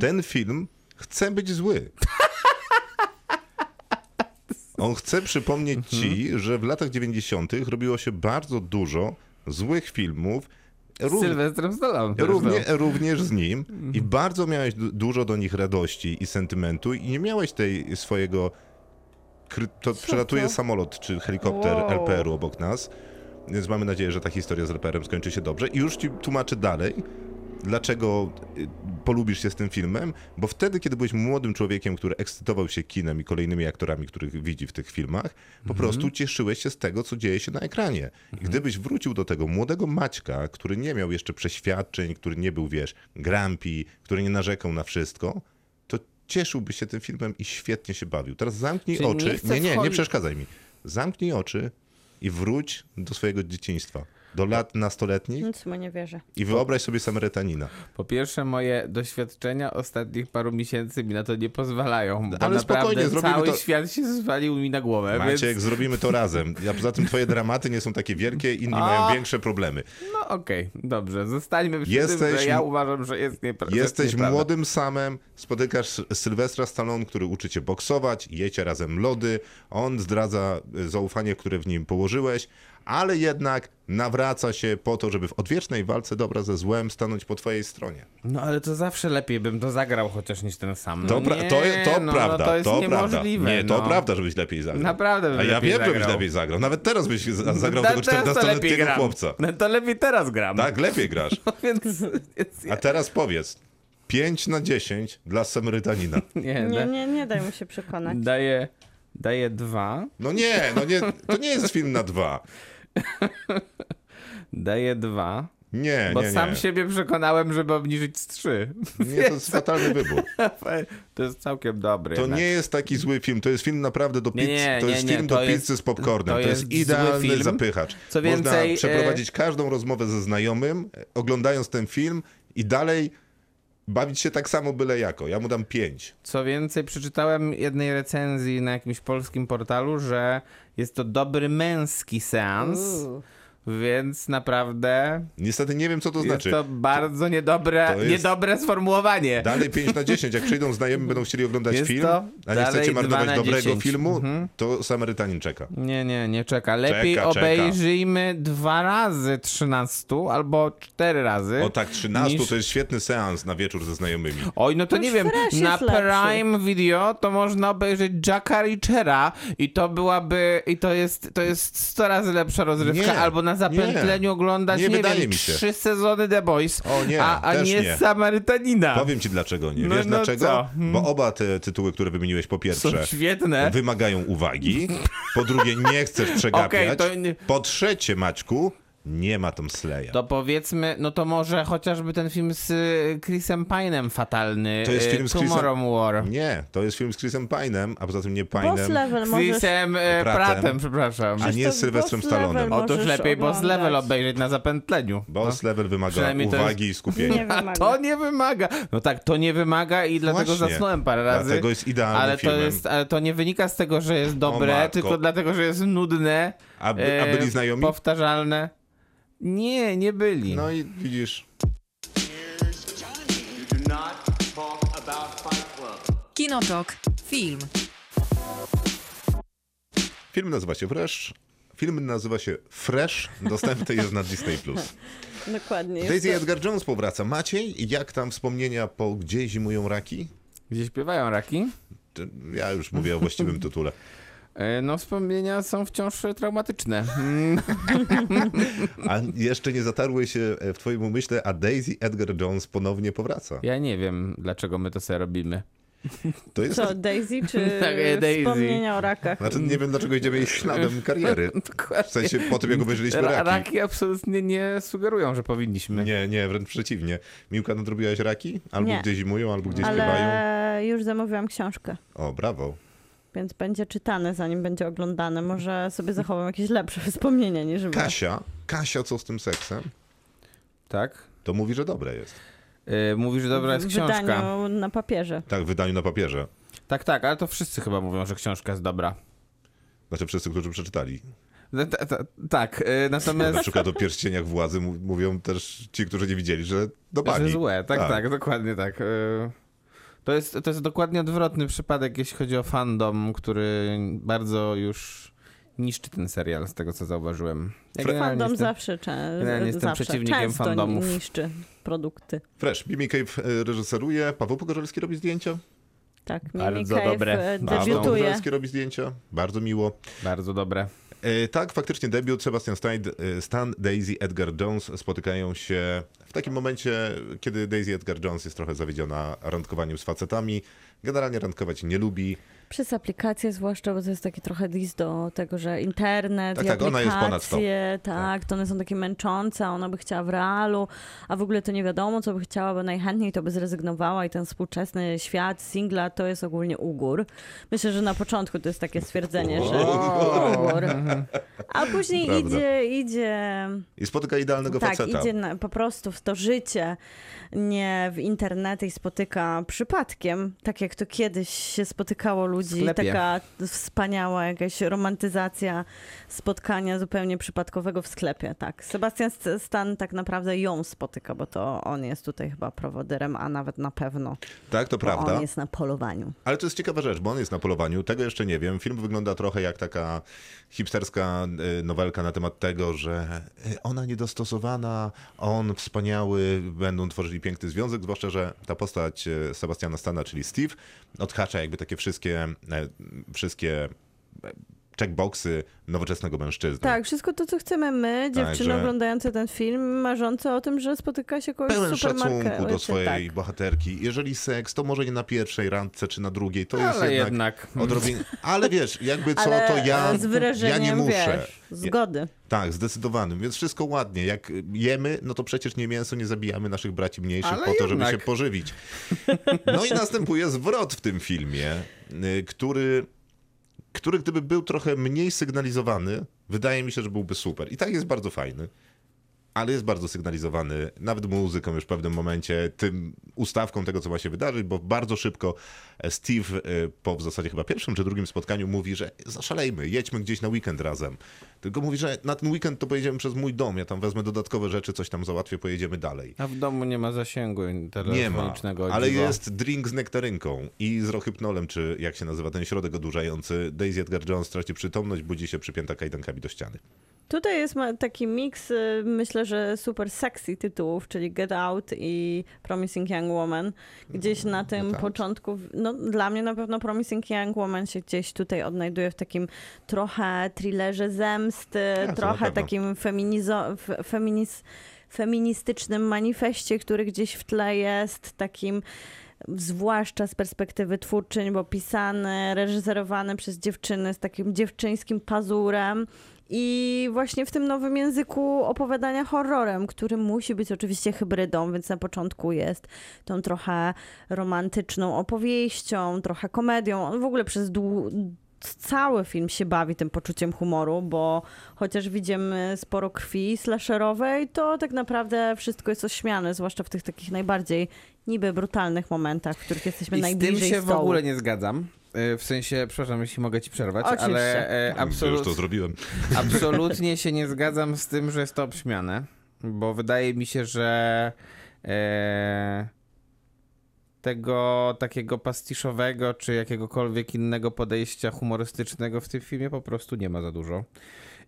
Ten film chce być zły. On chce przypomnieć ci, że w latach 90. robiło się bardzo dużo złych filmów. Z Różnych, Sylwestrem Stallone. Równie, również z nim i bardzo miałeś du- dużo do nich radości i sentymentu i nie miałeś tej swojego kry- to przelatuje samolot czy helikopter Wow. LPR-u obok nas, więc mamy nadzieję, że ta historia z LPR-em skończy się dobrze i już ci tłumaczę dalej, dlaczego y, polubisz się z tym filmem, bo wtedy, kiedy byłeś młodym człowiekiem, który ekscytował się kinem i kolejnymi aktorami, których widzi w tych filmach, Mhm. po prostu cieszyłeś się z tego, co dzieje się na ekranie. I gdybyś wrócił do tego młodego Maćka, który nie miał jeszcze przeświadczeń, który nie był, wiesz, grampi, który nie narzekał na wszystko, to cieszyłby się tym filmem i świetnie się bawił. Teraz zamknij Czyli nie oczy. chcę Nie, nie, nie wchodzić- przeszkadzaj mi. Zamknij oczy i wróć do swojego dzieciństwa. Do Tak. lat nastoletnich No Nic mu No nie wierzę. i wyobraź sobie Samarytanina. Po pierwsze, moje doświadczenia ostatnich paru miesięcy mi na to nie pozwalają, bo Ale spokojnie, naprawdę zrobimy cały to- świat się zwalił mi na głowę, Maciek, więc... zrobimy to razem. A poza tym twoje dramaty nie są takie wielkie, inni mają większe problemy. No okej, dobrze, zostańmy przy tym, Jesteś- że ja uważam, że jest nieprawda. Jesteś nieprawda. młodym samem, spotykasz Sylwestra Stallone, który uczy cię boksować, jecie razem lody, on zdradza e, zaufanie, które w nim położyłeś, ale jednak nawraca się po to, żeby w odwiecznej walce dobra ze złem stanąć po twojej stronie. No ale to zawsze lepiej bym to zagrał chociaż niż ten sam. No, To, pra- nie, to, to no, prawda, no, to jest prawda. niemożliwe. Nie, to no. prawda, żebyś lepiej zagrał. Naprawdę bym A ja lepiej wiem, żebyś zagrał. lepiej zagrał. Nawet teraz byś za- zagrał Ta- tego teraz to lepiej 14-letniego gram. chłopca. No to lepiej teraz gram. Tak, lepiej grasz. Więc, więc A teraz powiedz. 5 na 10 dla Samarytanina. nie, Nie, da, nie, nie daj mu się przekonać. Daję, daję dwa. No nie, no nie, to nie jest film na dwa. Daję dwa. Nie, Bo nie, sam nie. siebie przekonałem, żeby obniżyć z 3. Nie, to jest fatalny wybór. To jest całkiem dobry. To jednak. nie jest taki zły film, to jest film naprawdę do Nie, pizzy. nie, to nie, jest nie, film to do jest- pizzy z popcornem. to To, jest jest, zły idealny film. zapychacz. Co Można więcej, e, przeprowadzić każdą rozmowę ze znajomym, e, oglądając ten film i dalej bawić się tak samo byle jako. Ja mu dam pięć. Co więcej, przeczytałem jednej recenzji na jakimś polskim portalu, że jest to dobry męski seans, więc naprawdę Niestety nie wiem, co to znaczy. jest to bardzo niedobre, to jest- niedobre sformułowanie. Dalej 5 na 10. Jak przyjdą znajomi, będą chcieli oglądać Jest film, to a nie dalej chcecie marnować dwa na Mhm. dobrego 10. filmu, to Samarytanin czeka. Nie, nie, nie czeka. Lepiej Czeka, czeka. obejrzyjmy dwa razy 13 albo cztery razy. O tak, 13 niż- to jest świetny seans na wieczór ze znajomymi. Oj, no to To nie już wiem, Fresh na jest lepszy. Prime Video to można obejrzeć Jacka Richera i to byłaby, i to jest, to jest 100 razy lepsza rozrywka, Nie, albo na zapętleniu nie. oglądać, Nie nie, wydaje wiem, mi się. trzy sezony The Boys, O nie, a, a też nie, nie. Samarytanina. Powiem ci dlaczego nie. No, Wiesz no dlaczego? co? Hmm. Bo oba te tytuły, które wymieniłeś po Są pierwsze świetne. wymagają uwagi, po drugie nie chcesz Okej, przegapiać, to nie- po trzecie Maćku nie ma tam Sleja. To powiedzmy, no to może chociażby ten film z y, Chrisem Pine'em fatalny, To jest y, film z Chrisem- Tomorrow War. Nie. Nie, to jest film z Chrisem Pine'em, a poza tym nie Boss Pine'em, level możesz... Chrisem y, Prattem. Prattem, przepraszam. a nie to z Sylwestrem Boss Level Stallonem. ma- Otóż możesz lepiej Boss oglądać. Level obejrzeć na zapętleniu. Boss level wymaga No. Przynajmniej to jest- uwagi i skupienia. Nie A wymaga. to nie wymaga. No tak, to nie wymaga i dlatego Właśnie. zasnąłem parę razy. Dlatego jest idealnym ale to, filmem. jest, ale to nie wynika z tego, że jest dobre, matko. tylko dlatego, że jest nudne. A, by, a byli e, znajomi? Powtarzalne. Nie, nie byli. No i widzisz. You do not talk about Fight Club. Kinotok. Film. Film nazywa się Fresh. Film nazywa się Fresh. Dostępny jest na Disney+. Plus. Dokładnie. Jest Daisy to... Edgar Jones powraca. Maciej, jak tam wspomnienia po Gdzie zimują raki? Gdzie śpiewają raki. To Ja już mówię o właściwym tytule. E, No, wspomnienia są wciąż traumatyczne. Mm. A jeszcze nie zatarły się e, w twoim umyśle, a Daisy Edgar Jones ponownie powraca. Ja nie wiem, dlaczego my to sobie robimy. To jest... Co, Daisy czy Tak, e, Daisy. wspomnienia o rakach? Znaczy nie wiem, dlaczego idziemy jej śladem kariery. W sensie po tym, jak obejrzeliśmy Ra- raki. Raki absolutnie nie sugerują, że powinniśmy. Nie, nie, wręcz przeciwnie. Miłka, nadrobiłaś raki? Albo Nie. gdzie zimują, albo gdzie śpiewają. Ale już zamówiłam książkę. O, brawo. Więc będzie czytane, zanim będzie oglądane. Może sobie zachowam jakieś lepsze wspomnienia niż wy. Kasia, Kasia, co z tym seksem? Tak? To mówi, że dobre jest. E, Mówisz, że dobra jest w książka. wydaniu na papierze. Tak, w wydaniu na papierze. Tak, tak, ale to wszyscy chyba mówią, że książka jest dobra. Znaczy wszyscy, którzy przeczytali. No, ta, ta, tak, y, Na natomiast przykład o pierścieniach władzy mu- mówią też ci, którzy nie widzieli, że że dobali. złe, tak, tak, dokładnie tak. y. To jest, to jest dokładnie odwrotny przypadek, jeśli chodzi o fandom, który bardzo już niszczy ten serial, z tego co zauważyłem. Ja generalnie Fandom jestem- zawsze, cze- generalnie jestem zawsze przeciwnikiem często fandomów. niszczy produkty. Fresh, Mimi Cave e, reżyseruje, Paweł Pogorzelski robi zdjęcia. Tak, Bardzo Mimi Cave dobre. e, Bardzo Paweł debiutuje. Pogorzelski robi zdjęcia. Bardzo miło. Bardzo dobre. E, tak, faktycznie debiut Sebastian Stein, e, Stan, Daisy, Edgar Jones spotykają się w takim momencie, kiedy Daisy Edgar Jones jest trochę zawiedziona randkowaniem z facetami. Generalnie randkować nie lubi. Przez aplikacje zwłaszcza, bo to jest taki trochę list do tego, że internet Tak, i tak, ona jest ponad to. aplikacje, tak, to one są takie męczące, a ona by chciała w realu, a w ogóle to nie wiadomo, co by chciała, bo najchętniej to by zrezygnowała i ten współczesny świat singla to jest ogólnie ugór. Myślę, że na początku to jest takie stwierdzenie, że ugór. A później Prawda. idzie, idzie I spotyka idealnego tak, faceta. idzie na, po prostu w to życie, nie w internety i spotyka przypadkiem, tak jak to kiedyś się spotykało ludzi, sklepie. taka wspaniała jakaś romantyzacja spotkania zupełnie przypadkowego w sklepie, tak. Sebastian S- Stan tak naprawdę ją spotyka, bo to on jest tutaj chyba prowodyrem, a nawet na pewno, Tak, to bo prawda. No, on jest na polowaniu. Ale to jest ciekawa rzecz, bo on jest na polowaniu, tego jeszcze nie wiem. Film wygląda trochę jak taka hipsterska y, nowelka na temat tego, że y, ona niedostosowana, on wspaniały, będą tworzyli piękny związek, zwłaszcza, że ta postać y, Sebastiana Stana, czyli Steve, odhacza jakby takie wszystkie, e, wszystkie checkboxy nowoczesnego mężczyzny. Tak, wszystko to, co chcemy my, Tak, dziewczyny że- oglądające ten film, marzące o tym, że spotyka się kogoś Pełen w supermarkecie. szacunku do swojej Tak. bohaterki. Jeżeli seks, to może nie na pierwszej randce czy na drugiej, to jest Ale jednak, jednak. odrobin... Ale wiesz, jakby co, Mhm. Ale to ja, e, z wyrażeniem, ja nie muszę. wiesz, zgody. Tak, zdecydowanym, więc wszystko ładnie. Jak jemy, no to przecież nie mięso, nie zabijamy naszych braci mniejszych Ale po to, żeby się jednak. pożywić. No i następuje zwrot w tym filmie, y, który, który gdyby był trochę mniej sygnalizowany, wydaje mi się, że byłby super. I tak jest bardzo fajny. Ale jest bardzo sygnalizowany, nawet muzyką już w pewnym momencie, tym ustawką tego, co ma się wydarzyć, bo bardzo szybko Steve y, po w zasadzie chyba pierwszym czy drugim spotkaniu mówi, że zaszalejmy, jedźmy gdzieś na weekend razem. Tylko mówi, że na ten weekend to pojedziemy przez mój dom, ja tam wezmę dodatkowe rzeczy, coś tam załatwię, pojedziemy dalej. A w domu nie ma zasięgu Nie ma, telefonicznego. ale dziwo. jest drink z nektarynką i z rochypnolem, czy jak się nazywa ten środek odurzający. Daisy Edgar-Jones traci przytomność, budzi się przypięta kajdankami do ściany. Tutaj jest ma- taki miks, y, myślę, że super sexy tytułów, czyli Get Out i Promising Young Woman. Gdzieś na tym tak. początku, w- no dla mnie na pewno Promising Young Woman się gdzieś tutaj odnajduje w takim trochę thrillerze zemsty, na trochę pewno. takim feminizo- f- feminiz- feministycznym manifestie, który gdzieś w tle jest, takim zwłaszcza z perspektywy twórczyń, bo pisany, reżyserowany przez dziewczyny z takim dziewczyńskim pazurem. I właśnie w tym nowym języku opowiadania horrorem, który musi być oczywiście hybrydą, więc na początku jest tą trochę romantyczną opowieścią, trochę komedią. On w ogóle przez dłu- cały film się bawi tym poczuciem humoru, bo chociaż widzimy sporo krwi slasherowej, to tak naprawdę wszystko jest ośmiane, zwłaszcza w tych takich najbardziej niby brutalnych momentach, w których jesteśmy I z tym najbliżej się w stołu. ogóle nie zgadzam. Y, W sensie, przepraszam, jeśli mogę ci przerwać, Oczywiście. ale e, Już to absolut, No, zrobiłem. absolutnie się nie zgadzam z tym, że jest to obśmiane, bo wydaje mi się, że e, tego takiego pastiszowego czy jakiegokolwiek innego podejścia humorystycznego w tym filmie po prostu nie ma za dużo.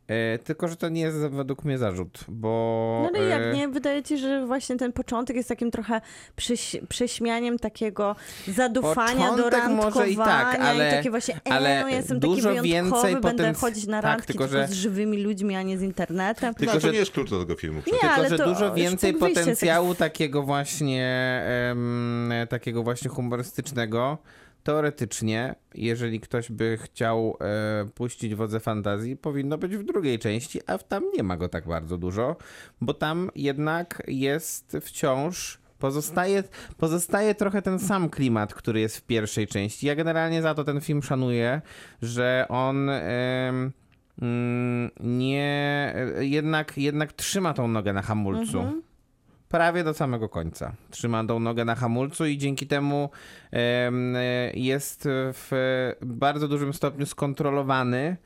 E, tylko, że to nie jest według mnie zarzut, bo... No ale e, jak nie, wydaje ci, że właśnie ten początek jest takim trochę przyś, prześmianiem takiego zadufania do Początek randkowania może i tak, ale- i takie właśnie, e, ale ja jestem dużo taki wyjątkowy, więcej będę potenc- chodzić na tak, randki tylko tylko, że- z żywymi ludźmi, a nie z internetem. Tylko, Tylko, no, to że- nie jest klucz do tego filmu. przecież. Nie, Tylko, ale że to dużo już więcej punkt wyjścia jest potencjału takiego właśnie em, takiego właśnie humorystycznego. Teoretycznie, jeżeli ktoś by chciał e, puścić wodze fantazji, powinno być w drugiej części, a w- tam nie ma go tak bardzo dużo, bo tam jednak jest wciąż Pozostaje, pozostaje trochę ten sam klimat, który jest w pierwszej części. Ja generalnie za to ten film szanuję, że on em, mm, nie, e, jednak, jednak trzyma tą nogę na hamulcu. Prawie do samego końca. Trzyma tą nogę na hamulcu i dzięki temu em, e, jest w e, bardzo dużym stopniu skontrolowany.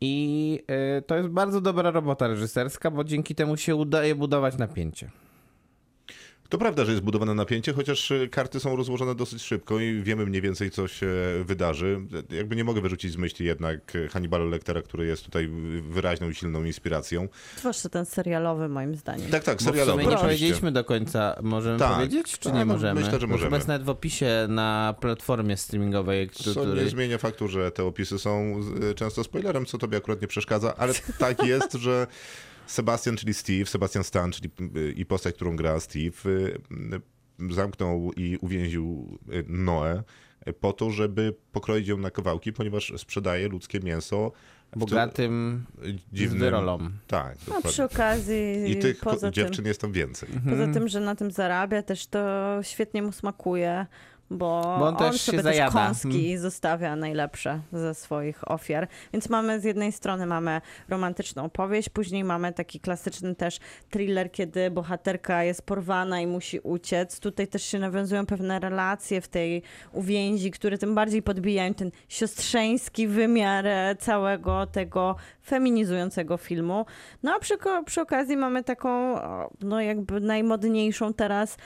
I e, to jest bardzo dobra robota reżyserska, bo dzięki temu się udaje budować napięcie. Tak, To prawda, że jest budowane napięcie, chociaż y, karty są rozłożone dosyć szybko i wiemy mniej więcej, co się wydarzy. Jakby nie mogę wyrzucić z myśli jednak y, Hannibala Lectera, który jest tutaj y, wyraźną i silną inspiracją. Zwłaszcza ten serialowy moim zdaniem. Tak, tak, Bo w serialowo sumie nie oczywiście. powiedzieliśmy do końca, możemy Tak. powiedzieć, czy Tak, nie no, możemy? myślę, że możemy. Natomiast nawet w opisie na platformie streamingowej, Co nie który... zmienia faktu, że te opisy są y, często spoilerem, co tobie akurat nie przeszkadza, ale tak jest, że Sebastian, czyli Steve, Sebastian Stan, czyli y, i postać, którą gra Steve, y, y, zamknął i uwięził y, Noe y, po to, żeby pokroić ją na kawałki, ponieważ sprzedaje ludzkie mięso w Bogatym tu- y, dziwnym... wyrolom. Tak, A dokładnie. przy okazji, I tych ko- poza tym... dziewczyn Hmm. jest tam więcej. Poza tym, że na tym zarabia też, to świetnie mu smakuje, bo, Bo on też się sobie zajada. też kąski Mm. zostawia najlepsze ze swoich ofiar. Więc mamy z jednej strony mamy romantyczną opowieść, później mamy taki klasyczny też thriller, kiedy bohaterka jest porwana i musi uciec. Tutaj też się nawiązują pewne relacje w tej uwięzi, które tym bardziej podbijają ten siostrzeński wymiar e, całego tego feminizującego filmu. No a przy, ko- przy okazji mamy taką, o, no jakby najmodniejszą teraz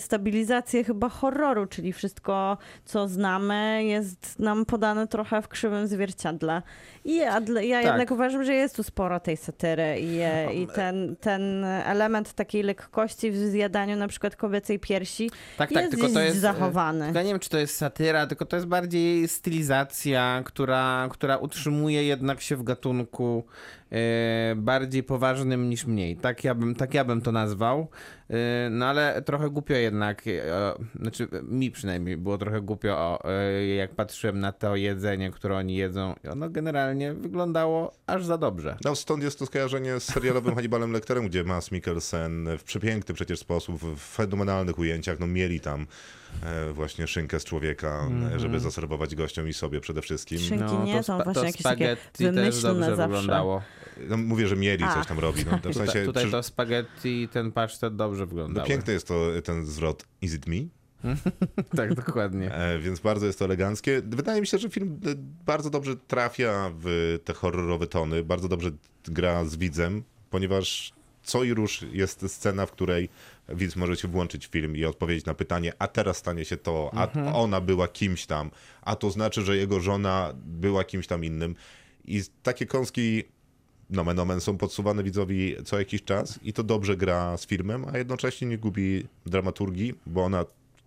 destabilizację chyba horroru, czyli wszystko, co znamy, jest nam podane trochę w krzywym zwierciadle. I ja, dla- ja Tak. jednak uważam, że jest tu sporo tej satyry i, e, i ten, ten element takiej lekkości w zjadaniu na przykład kobiecej piersi Tak, tak, jest tylko to gdzieś jest. e, zachowany. Ja nie wiem, czy to jest satyra, tylko to jest bardziej stylizacja, która, która utrzymuje jednak się w gatunku e, bardziej poważnym niż mniej. Tak ja bym, tak ja bym to nazwał. E, no ale trochę głupio jednak, e, o, znaczy e, mi przynajmniej było trochę głupio, o, e, jak patrzyłem na to jedzenie, które oni jedzą. i Ono generalnie wyglądało aż za dobrze. No stąd jest to skojarzenie z serialowym Hannibalem Lecterem, gdzie Mads Mikkelsen w przepiękny przecież sposób, w fenomenalnych ujęciach, no mieli tam e, właśnie szynkę z człowieka, e, żeby zaserwować gościom i sobie przede wszystkim. Szynki No, nie są spa- właśnie jakieś takie spaghetti też wymyślne dobrze zawsze. wyglądało. No, mówię, że mieli, A. coś tam robi. No, w Tutaj, sensie, tutaj czy- to spaghetti i ten pasztet dobrze no, wyglądały. piękny jest to ten zwrot Is it me? Tak, dokładnie. E, więc bardzo jest to eleganckie. Wydaje mi się, że film e, bardzo dobrze trafia w te horrorowe tony, bardzo dobrze gra z widzem, ponieważ co i rusz jest scena, w której widz może się włączyć w film i odpowiedzieć na pytanie, a teraz stanie się to, a ona była kimś tam, a to znaczy, że jego żona była kimś tam innym. I takie kąski nomen omen są podsuwane widzowi co jakiś czas i to dobrze gra z filmem, a jednocześnie nie gubi dramaturgii, bo ona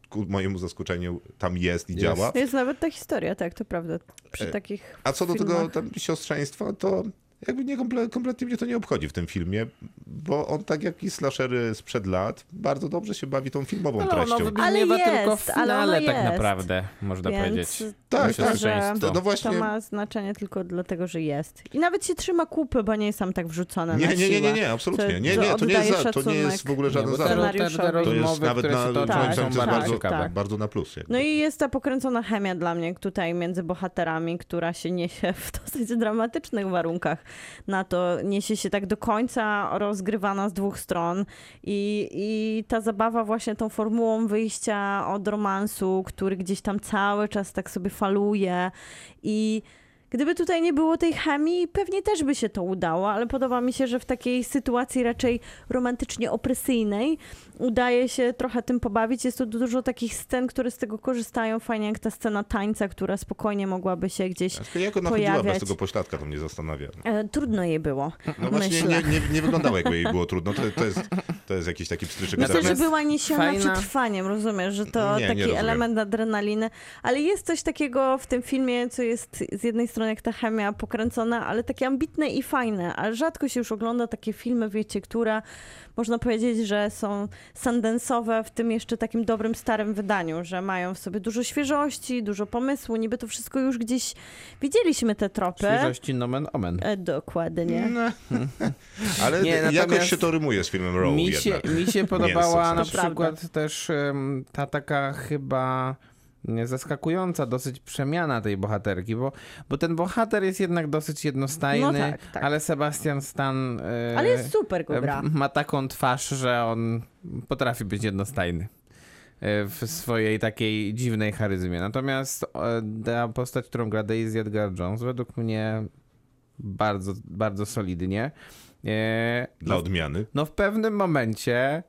ku mojemu zaskoczeniu tam jest i Jest. działa. Jest nawet ta historia, tak, to prawda. Przy E, takich A co do filmach. tego tam siostrzeństwa, to jakby nie komple- kompletnie mnie to nie obchodzi w tym filmie, bo on tak jak i slashery sprzed lat, bardzo dobrze się bawi tą No, filmową Ale treścią. Tak, ono Ale wybrzmiewa tylko No, w jest, ale ono finale tak jest. naprawdę, można powiedzieć. Tak, myślę, tak. że No, Siostrzeństwo. no to właśnie, ma znaczenie tylko dlatego, że jest. I nawet się trzyma kupy, bo nie jest sam tak wrzucone nie, na nie, nie, siłę. nie, nie, absolutnie. To- Nie, nie, to to nie jest, oddaje za, to nie jest w szacunek. ogóle żaden bo zarzut. te, te, te scenariuszowi. To jest rozmowy, nawet które na, się toczą, moim Tak, zdaniem, to są jest tak, bardzo, bardzo tak. ciekawe. bardzo na plus. Jakby. No i jest ta pokręcona chemia dla mnie tutaj między bohaterami, która się niesie w dosyć dramatycznych warunkach. Na to niesie się tak do końca rozgrywana z dwóch stron i, i ta zabawa właśnie tą formułą wyjścia od romansu, który gdzieś tam cały czas tak sobie faluje i Gdyby tutaj nie było tej chemii, pewnie też by się to udało, ale podoba mi się, że w takiej sytuacji raczej romantycznie opresyjnej udaje się trochę tym pobawić. Jest tu dużo takich scen, które z tego korzystają. Fajnie jak ta scena tańca, która spokojnie mogłaby się gdzieś... Tylko jak ona chodziła bez pojawiać. tego pośladka, to mnie zastanawia. E, trudno jej było, No właśnie myślę. nie, nie, nie wyglądało jakby jej było trudno. To, to, jest, to jest jakiś taki pstryczek. Myślę, No że Natomiast była niesiona fajna- przetrwaniem, rozumiesz, że to Nie, nie taki rozumiem. element adrenaliny, ale jest coś takiego w tym filmie, co jest z jednej strony jak ta chemia pokręcona, ale takie ambitne i fajne, ale rzadko się już ogląda takie filmy, wiecie, które można powiedzieć, że są sandensowe w tym jeszcze takim dobrym, starym wydaniu, że mają w sobie dużo świeżości, dużo pomysłu, niby to wszystko już gdzieś widzieliśmy te tropy. Świeżości nomen omen. E, Dokładnie. Ale Nie, jakoś natomiast się to rymuje z filmem Row Mi się, jednak. mi się podobała Mięso, na to prawda. przykład też em, ta taka chyba nie, zaskakująca dosyć przemiana tej bohaterki, bo, bo ten bohater jest jednak dosyć jednostajny, No tak, tak. ale Sebastian Stan e, Ale jest super go gra. e, ma taką twarz, że on potrafi być jednostajny e, w swojej takiej dziwnej charyzmie. Natomiast e, ta postać, którą gra Daisy Edgar Jones, według mnie bardzo, bardzo solidnie. E, Dla odmiany. no w pewnym momencie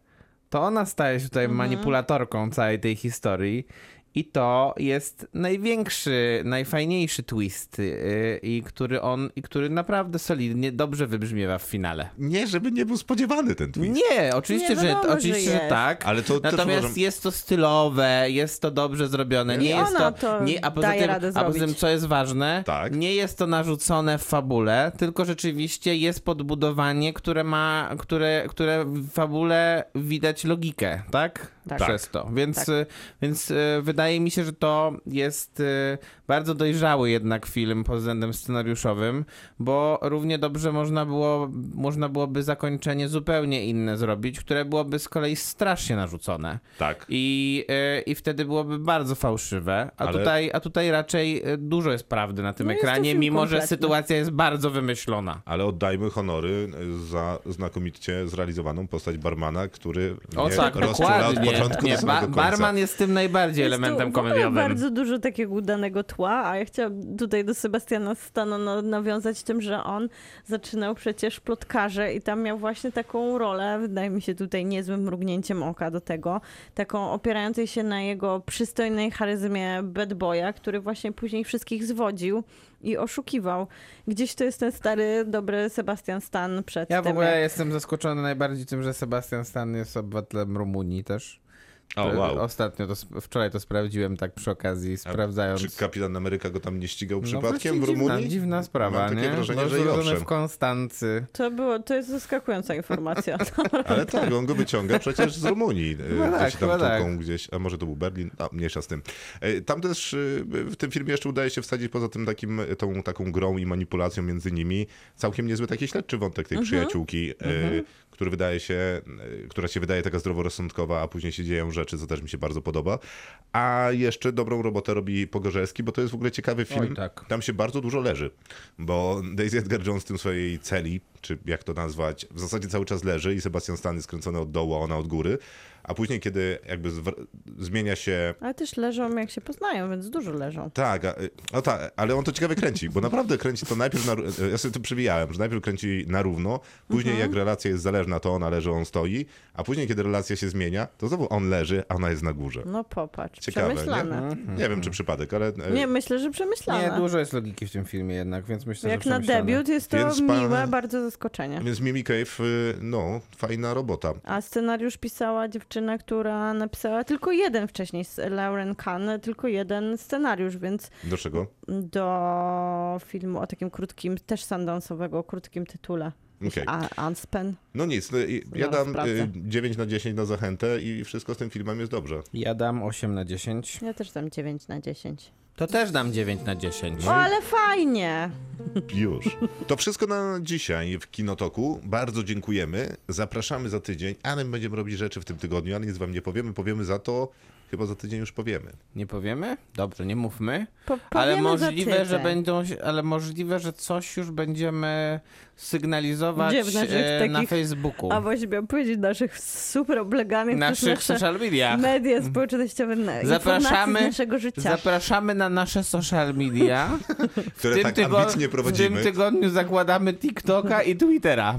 to ona staje się tutaj manipulatorką całej tej historii. I to jest największy, najfajniejszy twist, yy, i który on, i który naprawdę solidnie, dobrze wybrzmiewa w finale. Nie, żeby nie był spodziewany ten twist. Nie, oczywiście, Nie, że, wiadomo, że oczywiście że, jest. tak. Ale to też Natomiast uważam- jest to stylowe, jest to dobrze zrobione. Nie I jest ona to, to nie, a poza daje tym, radę a poza tym, zrobić. co jest ważne, Tak. nie jest to narzucone w fabule, tylko rzeczywiście jest podbudowanie, które ma, które, które w fabule widać logikę, tak? Tak. Przez to. Więc, Tak. y, więc y, wydaje mi się, że to jest y, bardzo dojrzały jednak film pod względem scenariuszowym, bo równie dobrze można, było, można byłoby zakończenie zupełnie inne zrobić, które byłoby z kolei strasznie narzucone. Tak. I, y, I wtedy byłoby bardzo fałszywe. A, Ale- tutaj, a tutaj raczej y, dużo jest prawdy na tym No jest to ekranie, film mimo że kompletny. sytuacja jest bardzo wymyślona. Ale oddajmy honory za znakomicie zrealizowaną postać barmana, który O mnie tak, rozczula od dokładnie. początku nie do ba- samego końca. barman jest tym najbardziej Jest tu elementem w ogóle komediowym. bardzo dużo takiego udanego tła, a ja chciałam tutaj do Sebastiana Stana na- nawiązać tym, że on zaczynał przecież plotkarze i tam miał właśnie taką rolę, wydaje mi się tutaj niezłym mrugnięciem oka do tego, taką opierającej się na jego przystojnej charyzmie bad boya, który właśnie później wszystkich zwodził i oszukiwał. Gdzieś to jest ten stary, dobry Sebastian Stan przed Ja w tym. ogóle jak- jestem zaskoczony najbardziej tym, że Sebastian Stan jest obywatelem Rumunii też. O, wow. Ostatnio, to, sp- wczoraj to sprawdziłem tak przy okazji, A sprawdzając. Czy kapitan Ameryka go tam nie ścigał No przypadkiem w właśnie Rumunii? Dziwna, dziwna sprawa, Mam takie nie? wrażenie, No, że i zrodzony owszem. w Konstancy. To, było, to jest zaskakująca informacja. Ale tak, on go wyciąga przecież z Rumunii. e, No tak, gdzieś tam chyba tuką tak. gdzieś, a może to był Berlin, a mniejsza z tym. E, Tam też e, w tym filmie jeszcze udaje się wsadzić poza tym takim, e, tą taką grą i manipulacją między nimi całkiem niezły taki śledczy wątek Mhm. tej przyjaciółki, e, który wydaje się, e, która się wydaje taka zdroworozsądkowa, a później się dzieją rzeczy, co też mi się bardzo podoba. A jeszcze dobrą robotę robi Pogorzelski, bo to jest w ogóle ciekawy film. Oj, tak. Tam się bardzo dużo leży, bo Daisy Edgar Jones w tym swojej celi, czy jak to nazwać, w zasadzie cały czas leży i Sebastian Stan jest skręcony od dołu, a ona od góry. A później, kiedy jakby zwr- zmienia się. Ale też leżą jak się poznają, więc dużo leżą. Tak, a, no tak, ale on to ciekawie kręci, bo naprawdę kręci to najpierw, na, ró- ja sobie to przywijałem, że najpierw kręci na równo, później jak relacja jest zależna, to ona leży, on stoi, a później kiedy relacja się zmienia, to znowu on leży, a ona jest na górze. No popatrz, Ciekawe, przemyślane. nie? Nie wiem, czy przypadek, ale... e, Nie, myślę, że przemyślane. Nie, dużo jest logiki w tym filmie jednak, więc myślę, Jak że na przemyślane. debiut jest to Więc pan- miłe bardzo zaskoczenie. Więc Mimi Cave, y, no, fajna robota. A scenariusz pisała dziewczyna, która napisała tylko jeden wcześniej, z Lauren Kahn, tylko jeden scenariusz, więc Do czego? do filmu o takim krótkim, też sundownsowego, o krótkim tytule. Okej. A Anspen. No nic, no, i ja Zaraz dam sprawdzę. y, 9 na 10 na zachętę i wszystko z tym filmem jest dobrze. Ja dam 8 na 10. Ja też dam 9 na 10. To też dam 9 na 10. No O, No ale fajnie! Już. To wszystko na dzisiaj w Kinotoku. Bardzo dziękujemy. Zapraszamy za tydzień, ale my będziemy robić rzeczy w tym tygodniu, ale nic wam nie powiemy. Powiemy za to, chyba za tydzień już powiemy. Nie powiemy? Dobrze, nie mówmy. Po, Ale powiemy za możliwe, że tydzień. będą, się- ale możliwe, że coś już będziemy sygnalizować Dziwne, że e, takich- na Facebooku. A właśnie miałam powiedzieć naszych super obleganych przez naszych nasze social mediach. media społecznościowe, na informacje Zapraszamy- z naszego życia. Zapraszamy na nasze social media. Które tak tygo- ambitnie W prowadzimy. tym tygodniu zakładamy TikToka i Twittera.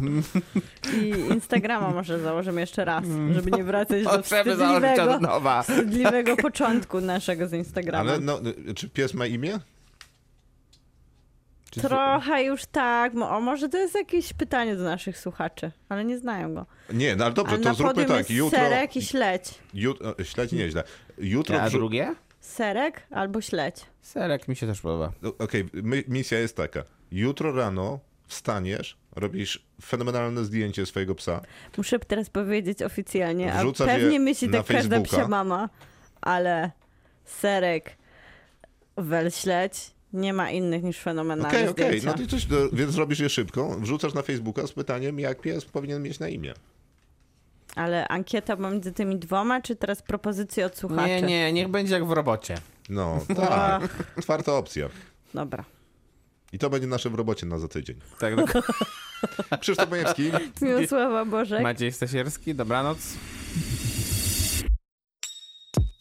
I Instagrama może założymy jeszcze raz, Mm. żeby nie wracać do Potrzeby założyć wstydliwego, od nowa. wstydliwego początku naszego z Instagrama. Ale no, y, czy pies ma imię? Trochę już tak, mo- o może to jest jakieś pytanie do naszych słuchaczy, ale nie znają go. Nie, no ale dobrze, A to na zróbmy podium tak. jest Jutro. serek i śledź. jut, o, śledź nieźle. Jutro. A wrzu- drugie? Serek albo śledź. Serek mi się też podoba. No, Okej, my- misja jest taka. Jutro rano wstaniesz, robisz fenomenalne zdjęcie swojego psa. Muszę teraz powiedzieć oficjalnie, a Wrzucasz je pewnie myśli na tak każda Facebooka. psia mama, ale serek, wel śledź, nie ma innych niż fenomenalne Okej, okej, zdjęcia. no to coś, do, więc robisz je szybko, wrzucasz na Facebooka z pytaniem, jak pies powinien mieć na imię. Ale ankieta między tymi dwoma, czy teraz propozycje od słuchaczy? Nie, nie, niech będzie jak w robocie. No, tak. Czwarta opcja. Dobra. I to będzie nasze w robocie na za tydzień. Tak, dokładnie. Krzysztof Majewski. Miłosława Bożek. Maciej Stasierski, dobranoc.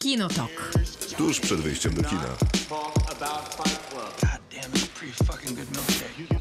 Kinotok. Tuż przed wyjściem do kina. Talk about Fight Club. Damn, it's a pretty fucking good milkshake.